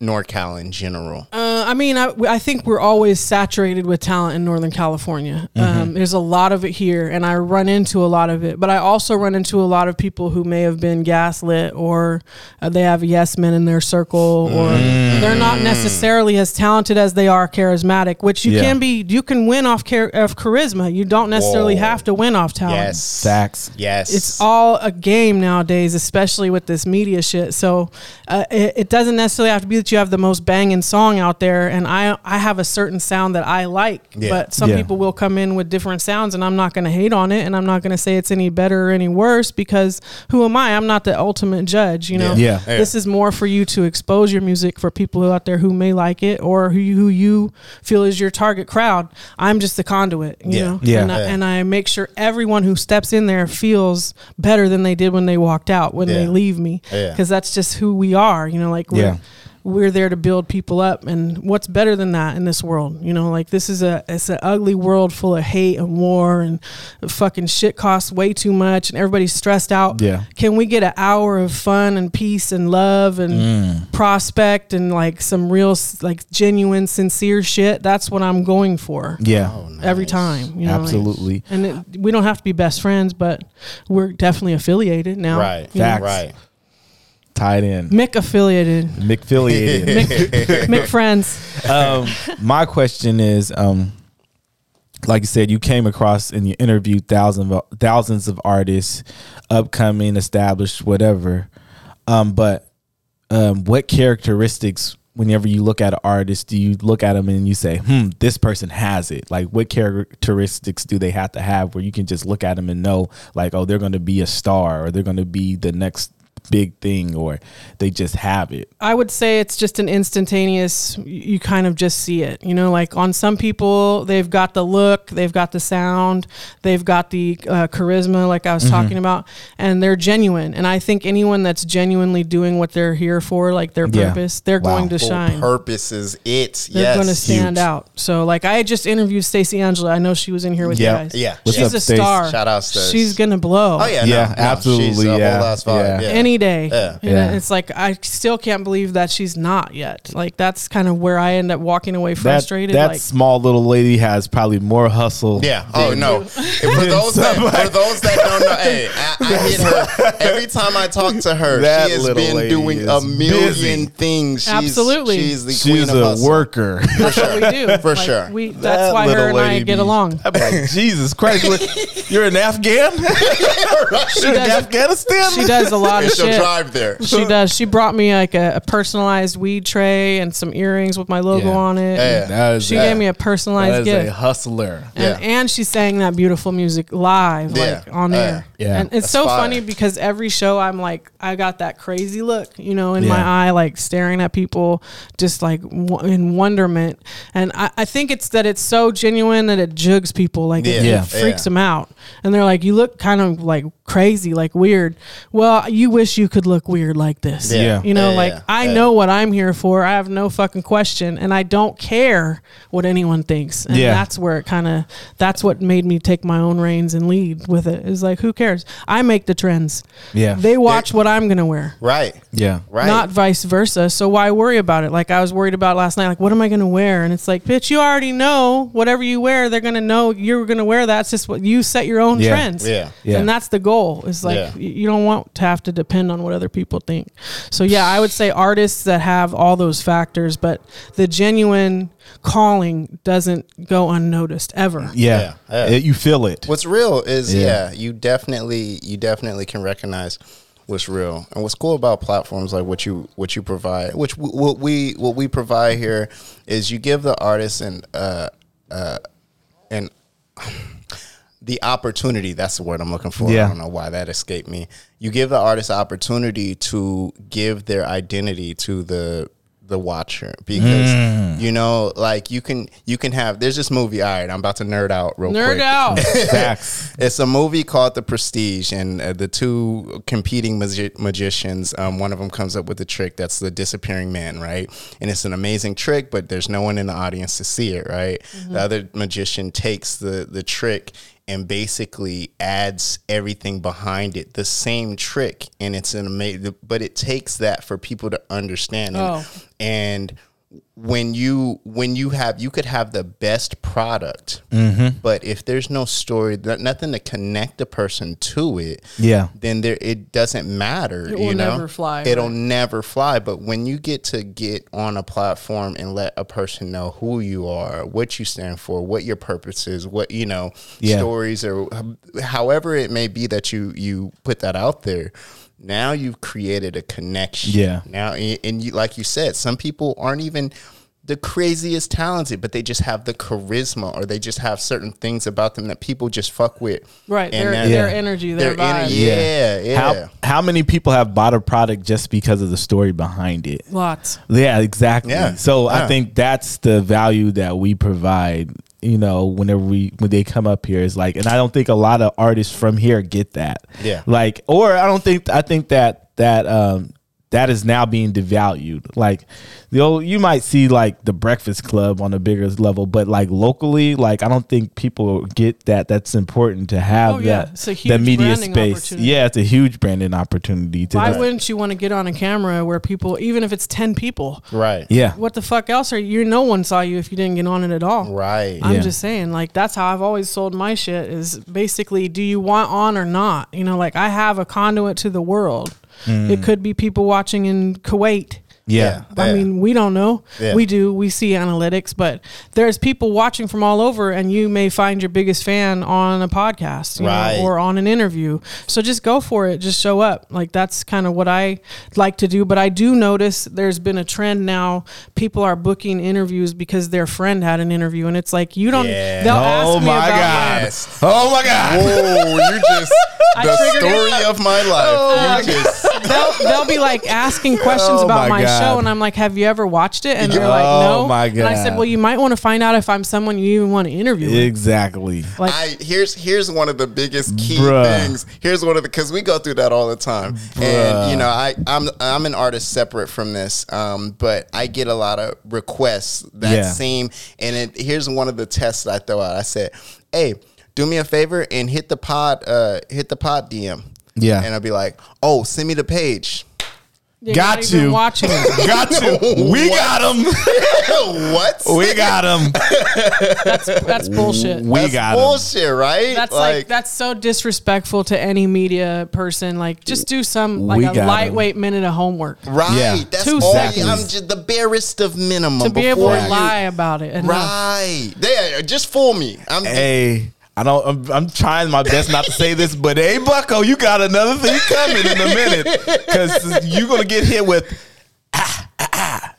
Speaker 4: NorCal in general.
Speaker 1: Uh, I mean, I, I think we're always saturated with talent in Northern California.
Speaker 4: Mm-hmm.
Speaker 1: Um, there's a lot of it here, and I run into a lot of it. But I also run into a lot of people who may have been gaslit, or uh, they have yes men in their circle, or
Speaker 4: Mm.
Speaker 1: they're not necessarily as talented as they are charismatic. Which you
Speaker 3: Yeah.
Speaker 1: can be. You can win off char- of charisma. You don't necessarily
Speaker 4: Whoa.
Speaker 1: have to win off talent
Speaker 4: yes.
Speaker 3: Facts.
Speaker 4: Yes.
Speaker 1: it's all a game nowadays, especially with this media shit. So uh, it, it doesn't necessarily have to be that you have the most banging song out there. And I I have a certain sound that I like,
Speaker 4: Yeah.
Speaker 1: but some
Speaker 3: Yeah.
Speaker 1: people will come in with different sounds, and I'm not going to hate on it, and I'm not going to say it's any better or any worse because who am I? I'm not the ultimate judge, you know.
Speaker 3: Yeah. Yeah.
Speaker 1: This is more for you to expose your music for people out there who may like it or who you, who you feel is your target crowd. I'm just the conduit, you
Speaker 4: Yeah.
Speaker 1: know.
Speaker 3: Yeah.
Speaker 1: And I-
Speaker 3: Yeah.
Speaker 1: and I make sure everyone who steps in there feels better than they did when they walked out when they
Speaker 4: Yeah.
Speaker 1: leave me
Speaker 4: Yeah.
Speaker 1: because that's just who we are you know like we're,
Speaker 3: Yeah.
Speaker 1: we're there to build people up and what's better than that in this world you know like this is a it's an ugly world full of hate and war and fucking shit costs way too much and everybody's stressed out
Speaker 3: Yeah.
Speaker 1: can we get an hour of fun and peace and love and
Speaker 3: Mm.
Speaker 1: prospect and like some real s- like genuine sincere shit that's what i'm going for
Speaker 3: Yeah.
Speaker 4: Oh,
Speaker 1: every time. You know, like-
Speaker 3: Absolutely.
Speaker 1: and it, we don't have to be best friends, but we're definitely affiliated now.
Speaker 4: right.
Speaker 1: you know.
Speaker 3: Facts.
Speaker 4: Right.
Speaker 3: Tied in.
Speaker 1: Mick affiliated.
Speaker 3: McFiliated.
Speaker 1: Mick friends.
Speaker 3: um, my question is, um, like you said, you came across and you interviewed thousands of, thousands of artists, upcoming, established, whatever. Um, but um, what characteristics, whenever you look at an artist, do you look at them and you say, "Hmm, this person has it"? Like, what characteristics do they have to have where you can just look at them and know, like, oh, they're going to be a star, or they're going to be the next big thing, or they just have it.
Speaker 1: I would say it's just an instantaneous, y- you kind of just see it. You know, like on some people, they've got the look, they've got the sound, they've got the uh, charisma, like I was
Speaker 3: Mm-hmm.
Speaker 1: talking about, and they're genuine. And I think anyone that's genuinely doing what they're here for, like their
Speaker 3: Yeah.
Speaker 1: purpose, they're
Speaker 3: Wow.
Speaker 1: going to
Speaker 4: Full
Speaker 1: shine.
Speaker 4: purpose is it.
Speaker 1: they're
Speaker 4: yes.
Speaker 1: going to stand
Speaker 3: Huge.
Speaker 1: out. So, like, I had just interviewed Stacey Angela. I know she was in here with
Speaker 3: Yeah.
Speaker 1: you guys.
Speaker 4: Yeah.
Speaker 3: What's
Speaker 1: she's
Speaker 3: up,
Speaker 1: a
Speaker 3: Stace?
Speaker 1: star.
Speaker 4: Shout out, Stace.
Speaker 1: She's gonna blow.
Speaker 4: Oh yeah.
Speaker 3: Yeah,
Speaker 4: no, no,
Speaker 3: absolutely,
Speaker 4: she's a whole
Speaker 3: yeah,
Speaker 4: ass vibe,
Speaker 3: yeah.
Speaker 1: Any day,
Speaker 4: Yeah.
Speaker 1: And
Speaker 3: Yeah.
Speaker 1: it's like I still can't believe that she's not yet. Like that's kind of where I end up walking away frustrated.
Speaker 3: That, that
Speaker 1: like
Speaker 3: small little lady has probably more hustle.
Speaker 4: Yeah. Oh no. And For those that for those that don't know, hey, I, I hit her every time I talk to her.
Speaker 3: That
Speaker 4: She has
Speaker 3: little
Speaker 4: been
Speaker 3: lady
Speaker 4: doing
Speaker 3: is
Speaker 4: a
Speaker 3: busy.
Speaker 4: million things. She's,
Speaker 1: Absolutely.
Speaker 4: She's the queen
Speaker 3: She's
Speaker 4: of
Speaker 3: a
Speaker 4: hustle.
Speaker 3: worker.
Speaker 1: that's what we do
Speaker 4: for
Speaker 1: Like,
Speaker 4: sure.
Speaker 1: We that's
Speaker 3: That
Speaker 1: why
Speaker 3: little
Speaker 1: her and I
Speaker 3: lady
Speaker 1: get
Speaker 3: be-
Speaker 1: along.
Speaker 3: I'm like, Jesus Christ, what- you're an Afghan? you're in
Speaker 1: does-
Speaker 3: Afghanistan?
Speaker 1: She does a lot of shit.
Speaker 4: It's still
Speaker 1: yeah.
Speaker 4: drive there.
Speaker 1: She does. She brought me like a, a personalized weed tray and some earrings with my logo
Speaker 5: Yeah.
Speaker 1: on it.
Speaker 4: Yeah.
Speaker 5: That is
Speaker 1: She
Speaker 5: a-
Speaker 1: gave me a
Speaker 5: that
Speaker 1: personalized
Speaker 5: is
Speaker 1: gift.
Speaker 5: a hustler.
Speaker 1: and,
Speaker 4: Yeah.
Speaker 1: and she sang that beautiful music live,
Speaker 4: Yeah. Uh,
Speaker 1: like on
Speaker 4: Yeah.
Speaker 1: air.
Speaker 5: Yeah.
Speaker 1: and it's
Speaker 4: That's
Speaker 1: so
Speaker 4: fire.
Speaker 1: funny because every show I'm like, I got that crazy look, you know, in
Speaker 5: Yeah.
Speaker 1: my eye, like staring at people, just like w- in wonderment. And I, I think it's that it's so genuine that it jugs people, like it,
Speaker 4: Yeah.
Speaker 1: it freaks
Speaker 4: Yeah.
Speaker 1: them out, and they're like, you look kind of like crazy, like weird. Well, you wish you could look weird like this.
Speaker 3: Yeah.
Speaker 1: You know,
Speaker 4: Yeah,
Speaker 1: like
Speaker 4: yeah,
Speaker 1: I
Speaker 4: yeah.
Speaker 1: know what I'm here for. I have no fucking question, and I don't care what anyone thinks. And
Speaker 3: Yeah.
Speaker 1: that's where it kind of that's what made me take my own reins and lead with it. Is like, who cares? I make the trends.
Speaker 3: Yeah.
Speaker 1: they watch what I'm gonna wear.
Speaker 4: Right.
Speaker 3: Yeah.
Speaker 4: Right.
Speaker 1: Not vice versa. So why worry about it? Like I was worried about last night. Like, what am I going to wear? And it's like, bitch, you already know whatever you wear, they're going to know you're going to wear that. It's just what you set your own
Speaker 3: Yeah.
Speaker 1: trends.
Speaker 4: Yeah.
Speaker 3: Yeah.
Speaker 1: And that's the goal. Is like
Speaker 4: Yeah.
Speaker 1: y- you don't want to have to depend on what other people think. So yeah, I would say artists that have all those factors, but the genuine calling doesn't go unnoticed ever.
Speaker 3: Yeah.
Speaker 4: Yeah.
Speaker 3: It- you feel it.
Speaker 4: what's real is
Speaker 3: Yeah.
Speaker 4: yeah. you definitely you definitely can recognize what's real and what's cool about platforms like what you what you provide which w- what we what we provide here is you give the artist an uh uh an the opportunity that's the word i'm looking for
Speaker 3: Yeah.
Speaker 4: i don't know why that escaped me you give the artist opportunity to give their identity to the the watcher because
Speaker 3: Mm.
Speaker 4: you know like you can you can have there's this movie all right i'm about to nerd out real
Speaker 1: Nerd
Speaker 4: quick
Speaker 1: out.
Speaker 3: Facts.
Speaker 4: it's a movie called The Prestige, and uh, the two competing magi- magicians, um, one of them comes up with a trick that's the disappearing man, right? And it's an amazing trick, but there's no one in the audience to see it, right? The other magician takes the the trick and basically adds everything behind it, the same trick, and it's an amazing. But it takes that for people to understand,
Speaker 1: Oh.
Speaker 4: and, and when you when you have you could have the best product but if there's no story th- nothing to connect the person to it
Speaker 3: Yeah.
Speaker 4: then there it doesn't matter
Speaker 1: It
Speaker 4: you
Speaker 1: will
Speaker 4: know
Speaker 1: never fly,
Speaker 4: it'll
Speaker 1: right.
Speaker 4: never fly but when you get to get on a platform and let a person know who you are what you stand for what your purpose is what you know
Speaker 3: Yeah.
Speaker 4: stories or h- however it may be that you you put that out there now you've created a connection
Speaker 3: Yeah.
Speaker 4: now and and you like you said some people aren't even the craziest talented but they just have the charisma or they just have certain things about them that people just fuck with
Speaker 1: Right,
Speaker 4: And
Speaker 1: their,
Speaker 4: that-
Speaker 1: their
Speaker 3: Yeah.
Speaker 1: energy, their,
Speaker 4: Their
Speaker 1: vibe.
Speaker 4: ener- Yeah, yeah.
Speaker 3: How how many people have bought a product just because of the story behind it?
Speaker 1: Lots.
Speaker 3: Yeah, exactly.
Speaker 4: Yeah,
Speaker 3: So I
Speaker 4: yeah.
Speaker 3: think that's the value that we provide. You know, whenever we when they come up here, it's like, and I don't think a lot of artists from here get that.
Speaker 4: Yeah.
Speaker 3: Like, or I don't think I think that that um that is now being devalued. Like, you know, you might see like the Breakfast Club on a bigger level, but like locally, like I don't think people get that. That's important to
Speaker 1: Oh,
Speaker 3: have that.
Speaker 1: yeah. It's a
Speaker 3: that
Speaker 1: huge
Speaker 3: media
Speaker 1: branding
Speaker 3: space.
Speaker 1: opportunity.
Speaker 3: Yeah, it's a huge branding opportunity. To
Speaker 1: Why
Speaker 3: just-
Speaker 1: wouldn't you want to get on a camera where people, even if it's 10 people,
Speaker 4: right
Speaker 3: Yeah.
Speaker 1: what the fuck else are you? No one saw you if you didn't get on it at all.
Speaker 4: right
Speaker 1: I'm
Speaker 3: Yeah.
Speaker 1: just saying, like, that's how I've always sold my shit is basically, do you want on or not? You know, like, I have a conduit to the world. It could be people watching in Kuwait.
Speaker 3: Yeah.
Speaker 1: I
Speaker 4: Yeah.
Speaker 1: mean, we don't know.
Speaker 4: Yeah.
Speaker 1: We do. We see analytics, but there's people watching from all over, and you may find your biggest fan on a podcast you know,
Speaker 4: Right.
Speaker 1: or on an interview. So just go for it. Just show up. Like that's kind of what I like to do. But I do notice there's been a trend now. People are booking interviews because their friend had an interview, and it's like you don't.
Speaker 4: Yeah.
Speaker 1: They'll
Speaker 3: Oh
Speaker 1: ask me
Speaker 3: my
Speaker 1: about
Speaker 3: God.
Speaker 4: Yes.
Speaker 3: Oh my God.
Speaker 4: Whoa, you just
Speaker 1: I
Speaker 4: the
Speaker 1: triggered it. Oh,
Speaker 4: story of Oh my life. you just
Speaker 1: they'll, they'll be like asking questions
Speaker 3: Oh
Speaker 1: about
Speaker 3: my
Speaker 1: my,
Speaker 3: God.
Speaker 1: show, and I'm like, "Have you ever watched it?" And they're like,
Speaker 3: Oh
Speaker 1: "No."
Speaker 3: my
Speaker 1: And I said,
Speaker 3: God.
Speaker 1: "Well, you might want to find out if I'm someone you even want to interview." with."
Speaker 3: Exactly.
Speaker 1: Like,
Speaker 4: I here's here's one of the biggest key
Speaker 3: Bruh.
Speaker 4: things. Here's one of the because we go through that all the time, and you know I I'm I'm an artist separate from this, um, but I get a lot of requests that
Speaker 3: Yeah.
Speaker 4: same. And it, here's one of the tests that I throw out. I said, hey, do me a favor and hit the pod uh, hit the pod DM.
Speaker 3: Yeah.
Speaker 4: and I'll be like, oh, send me the page.
Speaker 1: They're
Speaker 3: Got
Speaker 1: not even
Speaker 3: you.
Speaker 1: watching it.
Speaker 3: Got you. We got him.
Speaker 4: what?
Speaker 3: We got him.
Speaker 1: That's bullshit.
Speaker 3: We
Speaker 4: That's
Speaker 3: got him.
Speaker 4: bullshit, right?
Speaker 1: That's like, that's so disrespectful to any media person. Like just do some like
Speaker 3: We
Speaker 1: a
Speaker 3: got 'em.
Speaker 1: lightweight minute of homework to
Speaker 4: Right.
Speaker 3: Yeah.
Speaker 4: That's
Speaker 1: Two
Speaker 4: all.
Speaker 1: seconds.
Speaker 4: I'm just the barest of minimum.
Speaker 1: be able
Speaker 4: before
Speaker 1: to
Speaker 4: you-
Speaker 1: lie about it. Enough.
Speaker 4: Right. There. Just fool me. I'm.
Speaker 3: Hey, I don't. I'm, I'm trying my best not to say this, but hey, Bucko, you got another thing coming in a minute because you're gonna get hit with. Ah, ah, ah.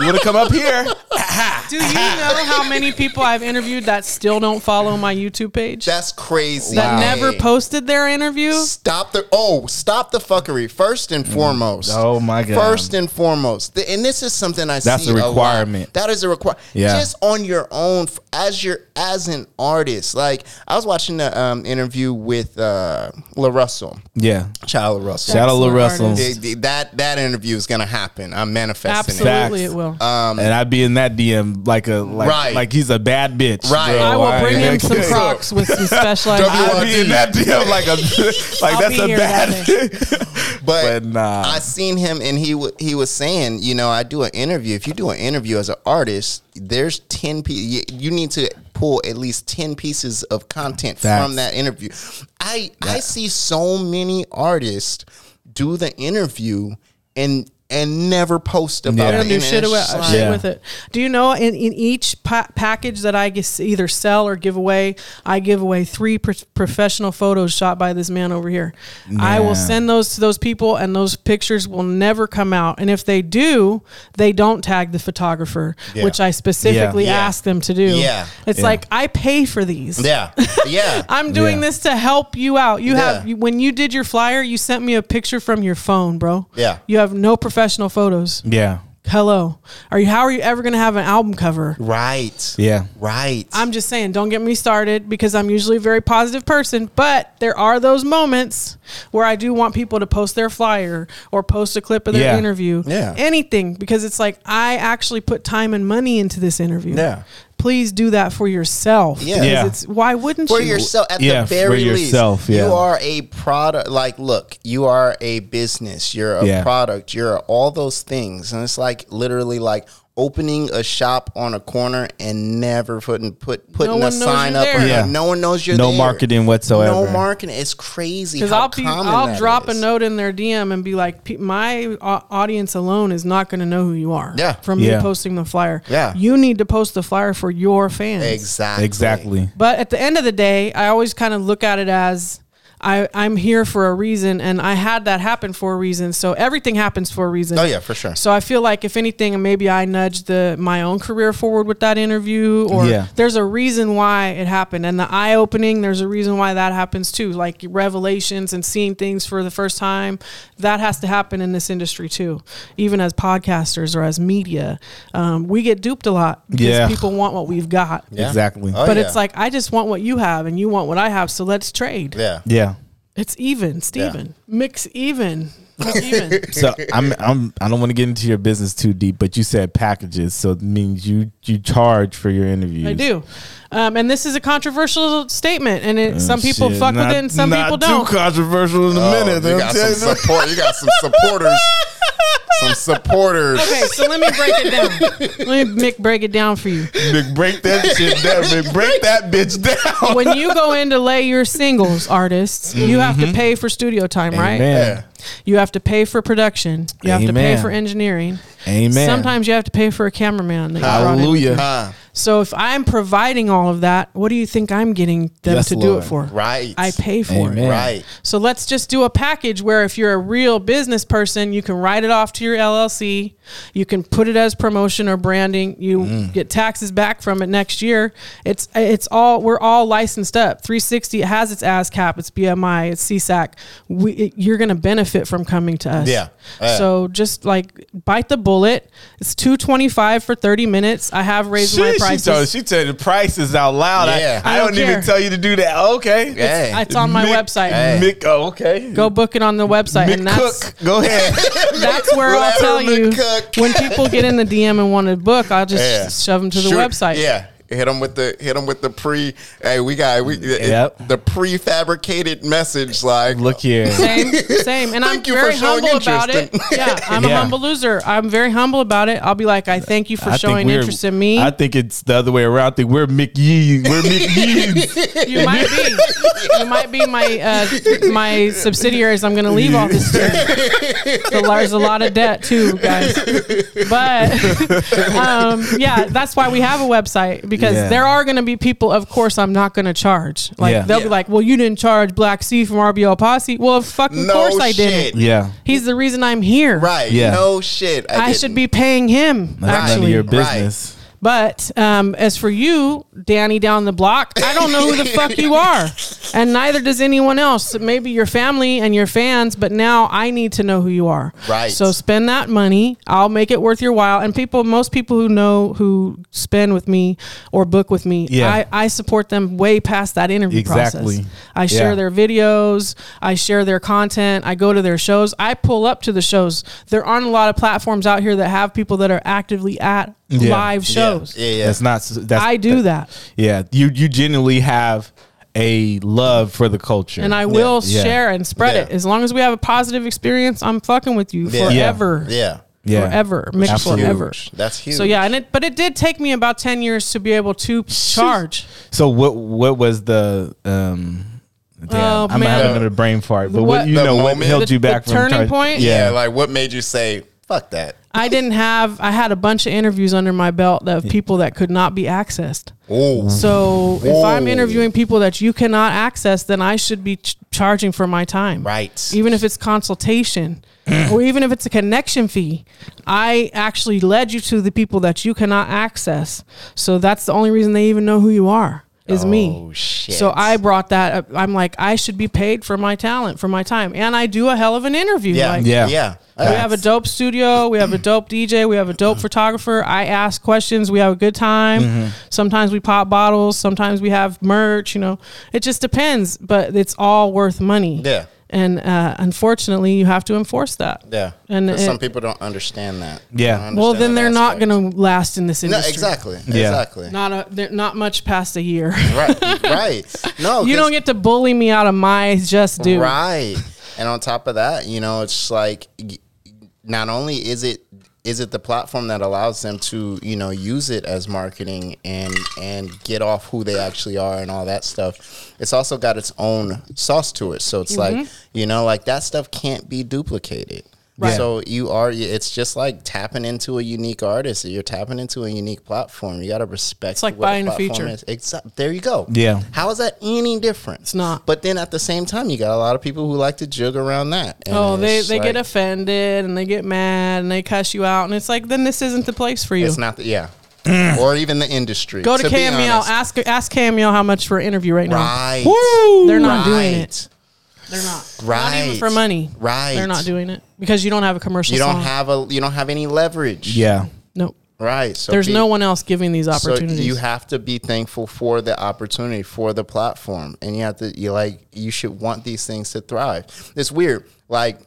Speaker 3: you want to come up here?
Speaker 1: Do you know how many people I've interviewed that still don't follow my YouTube page? That,
Speaker 4: That's crazy.
Speaker 1: never posted their interview?
Speaker 4: Stop the oh, stop the fuckery. First and foremost.
Speaker 3: Oh, my God.
Speaker 4: First and foremost, Th- and this is something I
Speaker 3: That's
Speaker 4: see.
Speaker 3: a
Speaker 4: lot.
Speaker 3: requirement.
Speaker 4: That is a requirement.
Speaker 3: Yeah.
Speaker 4: Just on your own, f- as your as an artist. Like I was watching the um, interview with uh, La Russell,
Speaker 3: Yeah.
Speaker 4: Child La Russell.
Speaker 3: Shout out Lil
Speaker 1: Excellent
Speaker 3: Russell,
Speaker 1: artist.
Speaker 4: Th- th- That that interview is gonna happen. I'm manifesting it.
Speaker 1: Absolutely,
Speaker 3: Facts.
Speaker 1: it will.
Speaker 3: and I'd be in that DM like a like,
Speaker 4: Right.
Speaker 3: like he's a bad bitch.
Speaker 4: Right.
Speaker 3: bro.
Speaker 1: I will bring him
Speaker 3: Like,
Speaker 1: some
Speaker 3: yeah.
Speaker 1: Crocs with some
Speaker 3: E
Speaker 1: specialized.
Speaker 3: I'd be in that DM like a like
Speaker 1: I'll
Speaker 3: that's
Speaker 1: be
Speaker 3: a
Speaker 1: here that
Speaker 3: bad.
Speaker 4: But,
Speaker 3: But nah.
Speaker 4: I seen him and he wa he was saying, you know, I do an interview. If you do an interview as an artist, there's ten pe- you, you need to pull at least ten pieces of content
Speaker 3: Facts.
Speaker 4: from that interview. I I see so many artists do the interview and and never post about
Speaker 3: Yeah.
Speaker 4: it.
Speaker 1: They'll do
Speaker 4: And
Speaker 1: shit,
Speaker 4: it's
Speaker 1: away,
Speaker 4: just like-
Speaker 1: shit
Speaker 3: Yeah.
Speaker 1: with it. Do you know in, in each pa- package that I guess either sell or give away, I give away three pro- professional photos shot by this man over here. I will
Speaker 3: Man.
Speaker 1: send those to those people, and those pictures will never come out. And if they do, they don't tag the photographer,
Speaker 4: Yeah.
Speaker 1: which I specifically
Speaker 4: Yeah.
Speaker 1: asked them to do.
Speaker 4: Yeah.
Speaker 1: it's
Speaker 3: Yeah.
Speaker 1: like I pay for these.
Speaker 4: Yeah. Yeah.
Speaker 1: I'm doing
Speaker 3: Yeah.
Speaker 1: this to help you out. You have
Speaker 4: Yeah.
Speaker 1: you- when you did your flyer, you sent me a picture from your phone, bro.
Speaker 4: Yeah.
Speaker 1: You have no professional photos.
Speaker 3: yeah.
Speaker 1: Hello. Are you how are you ever going to have an album cover?
Speaker 4: right.
Speaker 3: Yeah.
Speaker 4: Right.
Speaker 1: I'm just saying, don't get me started because I'm usually a very positive person, but there are those moments where I do want people to post their flyer or post a clip of their
Speaker 3: Yeah.
Speaker 1: interview.
Speaker 4: Yeah.
Speaker 1: Anything because it's like I actually put time and money into this interview.
Speaker 4: Yeah.
Speaker 1: Please do that for yourself.
Speaker 4: Yeah.
Speaker 1: because
Speaker 3: Yeah.
Speaker 1: It's, why wouldn't
Speaker 4: for
Speaker 1: you?
Speaker 4: yourself at
Speaker 3: Yeah,
Speaker 4: the
Speaker 3: for
Speaker 4: very least
Speaker 3: yourself, yeah.
Speaker 4: you are a product like look you are a business you're a
Speaker 3: Yeah.
Speaker 4: product you're all those things and it's like literally like opening a shop on a corner and never putting put putting
Speaker 1: one
Speaker 4: a
Speaker 1: knows
Speaker 4: sign
Speaker 1: you're
Speaker 4: up
Speaker 1: there.
Speaker 3: Yeah.
Speaker 4: no one knows you're
Speaker 3: No
Speaker 4: there.
Speaker 3: marketing whatsoever.
Speaker 4: no marketing it's crazy
Speaker 1: Because
Speaker 4: how
Speaker 1: I'll be,
Speaker 4: common
Speaker 1: I'll
Speaker 4: that
Speaker 1: drop
Speaker 4: is.
Speaker 1: a note in their DM and be like, "Pe- my au- audience alone is not going to know who you are.
Speaker 4: Yeah.
Speaker 1: from
Speaker 3: Yeah.
Speaker 1: you posting the flyer.
Speaker 4: Yeah.
Speaker 1: you need to post the flyer for your fans.
Speaker 4: exactly
Speaker 3: Exactly.
Speaker 1: But at the end of the day, I always kind of look at it as I, I'm here for a reason, and I had that happen for a reason. So everything happens for a reason.
Speaker 4: Oh, yeah, for sure.
Speaker 1: So I feel like if anything, maybe I nudged the my own career forward with that interview, or
Speaker 3: Yeah.
Speaker 1: there's a reason why it happened, and the eye opening. There's a reason why that happens too, like revelations and seeing things for the first time. That has to happen in this industry too, even as podcasters or as media. Um, we get duped a lot because
Speaker 3: Yeah.
Speaker 1: people want what we've got
Speaker 4: Yeah.
Speaker 3: Exactly.
Speaker 4: Oh,
Speaker 1: but
Speaker 4: yeah.
Speaker 1: it's like I just want what you have and you want what I have, so let's trade.
Speaker 4: yeah
Speaker 3: Yeah.
Speaker 1: It's even, Steven. Mix even. even.
Speaker 3: So I'm I'm I don't want to get into your business too deep, but you said packages, so it means you you charge for your interviews.
Speaker 1: I do. Um, and this is a controversial statement and it, some people
Speaker 3: Shit,
Speaker 1: fuck
Speaker 3: not-
Speaker 1: with it and some
Speaker 3: not
Speaker 1: people
Speaker 3: Too
Speaker 1: don't.
Speaker 3: controversial in a
Speaker 4: Oh,
Speaker 3: minute.
Speaker 4: you
Speaker 3: I'm
Speaker 4: got
Speaker 3: telling
Speaker 4: some
Speaker 3: you.
Speaker 4: support you got some supporters some supporters
Speaker 1: Okay, so let me break it down. Let me Mick break it down for you.
Speaker 3: Big, break that shit down. Big, break that bitch down.
Speaker 1: When you go in to lay your singles, artists, you have to pay for studio time, right?
Speaker 3: Mm-hmm. Amen.
Speaker 1: You have to pay for production. You have to
Speaker 3: Amen.
Speaker 1: pay for engineering.
Speaker 3: Amen.
Speaker 1: Sometimes you have to pay for a cameraman. That you brought in.
Speaker 3: Hallelujah.
Speaker 4: Ah,
Speaker 1: So if I'm providing all of that, what do you think I'm getting them
Speaker 3: Yes,
Speaker 1: to do
Speaker 3: Lord.
Speaker 1: it for?
Speaker 4: Right.
Speaker 1: I pay for
Speaker 3: Amen.
Speaker 1: it.
Speaker 4: right
Speaker 1: So let's just do a package where if you're a real business person, you can write it off to your LLC. You can put it as promotion or branding. You
Speaker 3: Mm.
Speaker 1: get taxes back from it next year. It's it's all we're all licensed up. 360 it has its ASCAP, its BMI, its CSAC. We it, you're going to benefit from coming to us.
Speaker 4: Yeah.
Speaker 3: Uh,
Speaker 4: Yeah.
Speaker 1: So just like bite the bullet. It's 225 for 30 minutes. I have raised my
Speaker 3: She, she,
Speaker 1: prices.
Speaker 3: told, she told the prices out loud. I-
Speaker 4: Yeah.
Speaker 3: I,
Speaker 1: I don't
Speaker 3: don't, even
Speaker 1: care.
Speaker 3: tell you to do that. Okay.
Speaker 4: Hey.
Speaker 1: it's on my
Speaker 3: Mick-
Speaker 1: website.
Speaker 3: Mick, oh, okay.
Speaker 1: Go book it on the website,
Speaker 3: Mick
Speaker 1: and that's
Speaker 3: Cook. Go ahead.
Speaker 1: that's where I'll tell you
Speaker 4: Letterman Cook.
Speaker 1: when people get in the DM and want to book, I'll just
Speaker 4: Yeah.
Speaker 1: shove them to the
Speaker 4: Sure.
Speaker 1: website.
Speaker 4: Yeah. Hit them with the hit them with the pre. Hey, we got we it-
Speaker 3: Yep.
Speaker 4: the prefabricated message. Like,
Speaker 3: Look here.
Speaker 1: Same, same. And I'm
Speaker 4: Thank you for
Speaker 1: very
Speaker 4: showing
Speaker 1: humble about it.
Speaker 4: interest in-
Speaker 1: Yeah, I'm a
Speaker 3: Yeah.
Speaker 1: humble loser. I'm very humble about it. I'll be like, I thank you for
Speaker 3: I think
Speaker 1: showing
Speaker 3: we're-
Speaker 1: interest in me.
Speaker 3: I think it's the other way around. I think we're Mick Yee. We're Mick Yee.
Speaker 1: you might be, you might be my uh, my subsidiaries. I'm going to leave all this. Year. So there's a lot of debt too, guys. But um, yeah, that's why we have a website because because
Speaker 3: Yeah.
Speaker 1: there are going to be people. Of course, I'm not going to charge. Like
Speaker 3: Yeah.
Speaker 1: they'll be
Speaker 4: Yeah.
Speaker 1: like, "Well, you didn't charge Black C from RBL Posse." Well, of fucking
Speaker 4: No
Speaker 1: course I
Speaker 4: shit.
Speaker 1: didn't.
Speaker 3: Yeah.
Speaker 1: He's the reason I'm here.
Speaker 4: Right.
Speaker 3: Yeah.
Speaker 4: No shit. I,
Speaker 1: I,
Speaker 4: didn't.
Speaker 1: should be paying him.
Speaker 3: That's none of
Speaker 1: actually,
Speaker 3: your
Speaker 4: Right.
Speaker 3: business.
Speaker 1: But um, as for you, Danny down the block, I don't know who the fuck you are, and neither does anyone else. Maybe your family and your fans, but now I need to know who you are.
Speaker 4: Right.
Speaker 1: So spend that money. I'll make it worth your while. And people, most people who know who spend with me or book with me,
Speaker 3: Yeah.
Speaker 1: I, I support them way past that interview
Speaker 3: Exactly.
Speaker 1: process. I share
Speaker 3: Yeah.
Speaker 1: their videos. I share their content. I go to their shows. I pull up to the shows. There aren't a lot of platforms out here that have people that are actively at
Speaker 3: Yeah.
Speaker 1: live shows.
Speaker 4: Yeah. Yeah.
Speaker 3: That's not. s- That's,
Speaker 1: I do that,
Speaker 3: Yeah, you you genuinely have a love for the culture,
Speaker 1: and I will
Speaker 3: Yeah.
Speaker 1: share and spread it
Speaker 4: Yeah.
Speaker 1: as long as we have a positive experience. I'm fucking with you
Speaker 4: Yeah. Yeah.
Speaker 1: forever,
Speaker 4: yeah.
Speaker 3: yeah.
Speaker 1: forever, Mick
Speaker 3: Absolutely.
Speaker 1: forever.
Speaker 4: That's huge.
Speaker 1: So yeah, and it but it did take me about ten years to be able to charge.
Speaker 3: So what what was the um? Damn,
Speaker 1: Oh,
Speaker 3: I'm
Speaker 1: man.
Speaker 3: having another brain fart, but what,
Speaker 1: What-
Speaker 3: you
Speaker 4: The
Speaker 3: know what
Speaker 4: moment-
Speaker 3: held
Speaker 1: The-
Speaker 3: you back
Speaker 1: the
Speaker 3: from
Speaker 1: turning
Speaker 3: charge-
Speaker 1: point?
Speaker 4: yeah.
Speaker 3: Yeah,
Speaker 4: Like, what made you say, fuck that?
Speaker 1: I didn't have. I had a bunch of interviews under my belt of people that could not be accessed.
Speaker 4: Oh.
Speaker 3: Mm.
Speaker 1: So if I'm
Speaker 4: Whoa.
Speaker 1: interviewing people that you cannot access, then I should be ch- charging for my time.
Speaker 4: Right.
Speaker 1: Even if it's consultation or even if it's a connection fee, I actually led you to the people that you cannot access. So that's the only reason they even know who you are is me.
Speaker 4: Oh, shit.
Speaker 1: So I brought that up. I'm like, I should be paid for my talent, for my time. And I do a hell of an interview.
Speaker 4: Yeah.
Speaker 1: Like,
Speaker 3: Yeah.
Speaker 4: Yeah.
Speaker 1: Uh, we have a dope studio. We have a dope DJ. We have a dope photographer. I ask questions. We have a good time.
Speaker 4: Mm-hmm.
Speaker 1: Sometimes we pop bottles. Sometimes we have merch. You know, it just depends. But it's all worth money.
Speaker 4: Yeah.
Speaker 1: And uh, unfortunately, you have to enforce that.
Speaker 4: Yeah.
Speaker 1: And
Speaker 4: But some
Speaker 1: it-
Speaker 4: people don't understand that.
Speaker 3: Yeah.
Speaker 4: They don't
Speaker 1: Well,
Speaker 4: understand
Speaker 1: then
Speaker 4: that
Speaker 1: they're not
Speaker 4: aspect.
Speaker 1: going to last in this
Speaker 4: No,
Speaker 1: industry.
Speaker 4: exactly.
Speaker 3: Yeah.
Speaker 4: Exactly.
Speaker 1: Not a, they're not much past a year.
Speaker 4: Right. Right. No.
Speaker 1: you
Speaker 4: 'cause-
Speaker 1: don't get to bully me out of my just due.
Speaker 4: Right. And on top of that, you know, it's like y- not only is it is it the platform that allows them to, you know, use it as marketing and and get off who they actually are and all that stuff. It's also got its own sauce to it. So it's like, you know, like that stuff can't be duplicated.
Speaker 1: Mm-hmm. Right.
Speaker 4: So you are it's just like tapping into a unique artist. You're tapping into a unique platform. You got to respect
Speaker 1: It's like
Speaker 4: what
Speaker 1: buying a
Speaker 4: platform
Speaker 1: feature.
Speaker 4: is. Exa- there you go.
Speaker 3: Yeah.
Speaker 4: How is that any different?
Speaker 1: It's not.
Speaker 4: But then at the same time, you got a lot of people who like to jig around that. And
Speaker 1: Oh, they,
Speaker 4: it's
Speaker 1: they get
Speaker 4: like-
Speaker 1: offended and they get mad and they cuss you out and it's like then this isn't the place for you.
Speaker 4: It's not the yeah, or even the industry.
Speaker 1: Go to,
Speaker 4: be
Speaker 1: Cameo.
Speaker 4: honest.
Speaker 1: Ask ask Cameo how much for an interview right now.
Speaker 4: Right.
Speaker 3: Woo!
Speaker 1: They're not doing
Speaker 4: Right.
Speaker 1: it. They're not. Not
Speaker 4: Right.
Speaker 1: even for money.
Speaker 4: Right.
Speaker 1: They're not doing it because you don't have a commercial.
Speaker 4: You don't
Speaker 1: song.
Speaker 4: have a you don't have any leverage.
Speaker 3: yeah,
Speaker 1: Nope.
Speaker 4: Right. So
Speaker 1: There's
Speaker 4: be-
Speaker 1: no one else giving these
Speaker 4: So
Speaker 1: opportunities.
Speaker 4: you have to be thankful for the opportunity, for the platform, and you have to you like you should want these things to thrive. It's weird, like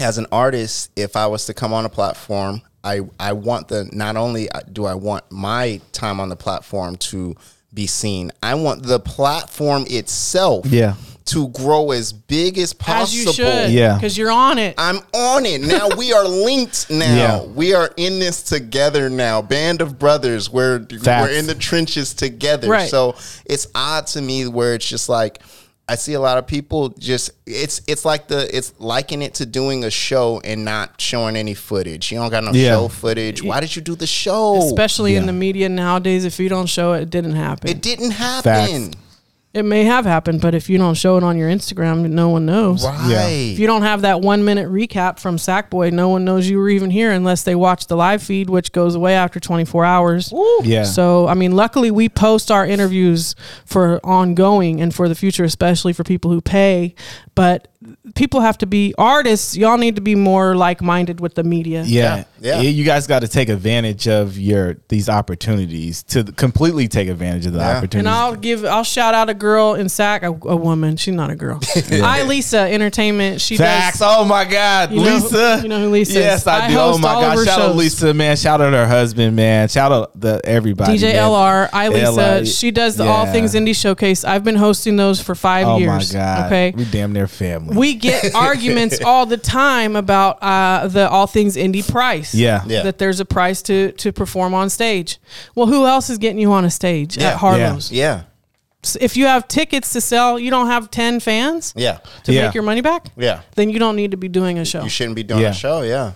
Speaker 4: as an artist, if I was to come on a platform, I I want the not only uh, do I want my time on the platform to be seen, I want the platform itself,
Speaker 3: Yeah.
Speaker 4: to grow as big as possible. Oh.
Speaker 1: As you should.
Speaker 3: Yeah.
Speaker 1: Because you're on it.
Speaker 4: I'm on it now. We are linked now.
Speaker 3: Yeah.
Speaker 4: We are in this together now. Band of brothers. We're
Speaker 3: Facts.
Speaker 4: we're in the trenches together.
Speaker 1: Right.
Speaker 4: So it's odd to me where it's just like I see a lot of people just it's it's like the it's liking it to doing a show and not showing any footage. You don't got no
Speaker 3: Yeah.
Speaker 4: show footage. Why did you do the show?
Speaker 1: Especially in
Speaker 3: Yeah.
Speaker 1: the media nowadays, if you don't show it, it didn't happen.
Speaker 4: it
Speaker 1: It,
Speaker 4: didn't happen.
Speaker 1: may have happened, but if you don't show it on your Instagram, no one knows.
Speaker 4: Right.
Speaker 1: If you don't have that one minute recap from Sackboy, no one knows you were even here unless they watch the live feed, which goes away after 24 hours.
Speaker 3: yeah.
Speaker 1: So, I mean, luckily we post our interviews for ongoing and for the future, especially for people who pay. But people have to be artists. Y'all need to be more like minded with the media.
Speaker 3: yeah,
Speaker 4: Yeah.
Speaker 3: You- You guys got to take advantage of your these opportunities to completely take advantage of the
Speaker 1: And
Speaker 3: opportunities.
Speaker 1: I'll give, I'll shout out a girl in SAC, a, a woman. She's not a girl. I, Lisa Entertainment. She
Speaker 3: Facts.
Speaker 1: does.
Speaker 3: Oh my God,
Speaker 1: You know who-
Speaker 3: Lisa.
Speaker 1: you know who Lisa is.
Speaker 3: Yes, I,
Speaker 1: I
Speaker 3: do. Oh
Speaker 1: host
Speaker 3: my
Speaker 1: all of
Speaker 3: God.
Speaker 1: her
Speaker 3: Shout out
Speaker 1: shows.
Speaker 3: Lisa, man. Shout out her husband, man. Shout out the everybody.
Speaker 1: DJ
Speaker 3: man.
Speaker 1: LR, I
Speaker 3: LR.
Speaker 1: Lisa, she does the All
Speaker 3: Yeah.
Speaker 1: Things Indie Showcase. I've been hosting those for five
Speaker 3: Oh my
Speaker 1: years.
Speaker 3: God.
Speaker 1: Okay.
Speaker 3: we damn near family.
Speaker 1: we get arguments all the time about uh, the all things indie price.
Speaker 3: Yeah. Yeah.
Speaker 1: that there's a price to to perform on stage. Well, who else is getting you on a stage
Speaker 4: Yeah.
Speaker 1: at Harlow's?
Speaker 4: Yeah.
Speaker 1: S- If you have tickets to sell, you don't have ten fans
Speaker 4: Yeah.
Speaker 1: to
Speaker 3: Yeah.
Speaker 1: make your money back.
Speaker 4: Yeah.
Speaker 1: then you don't need to be doing a show.
Speaker 4: You shouldn't be doing
Speaker 3: Yeah.
Speaker 4: a show, yeah.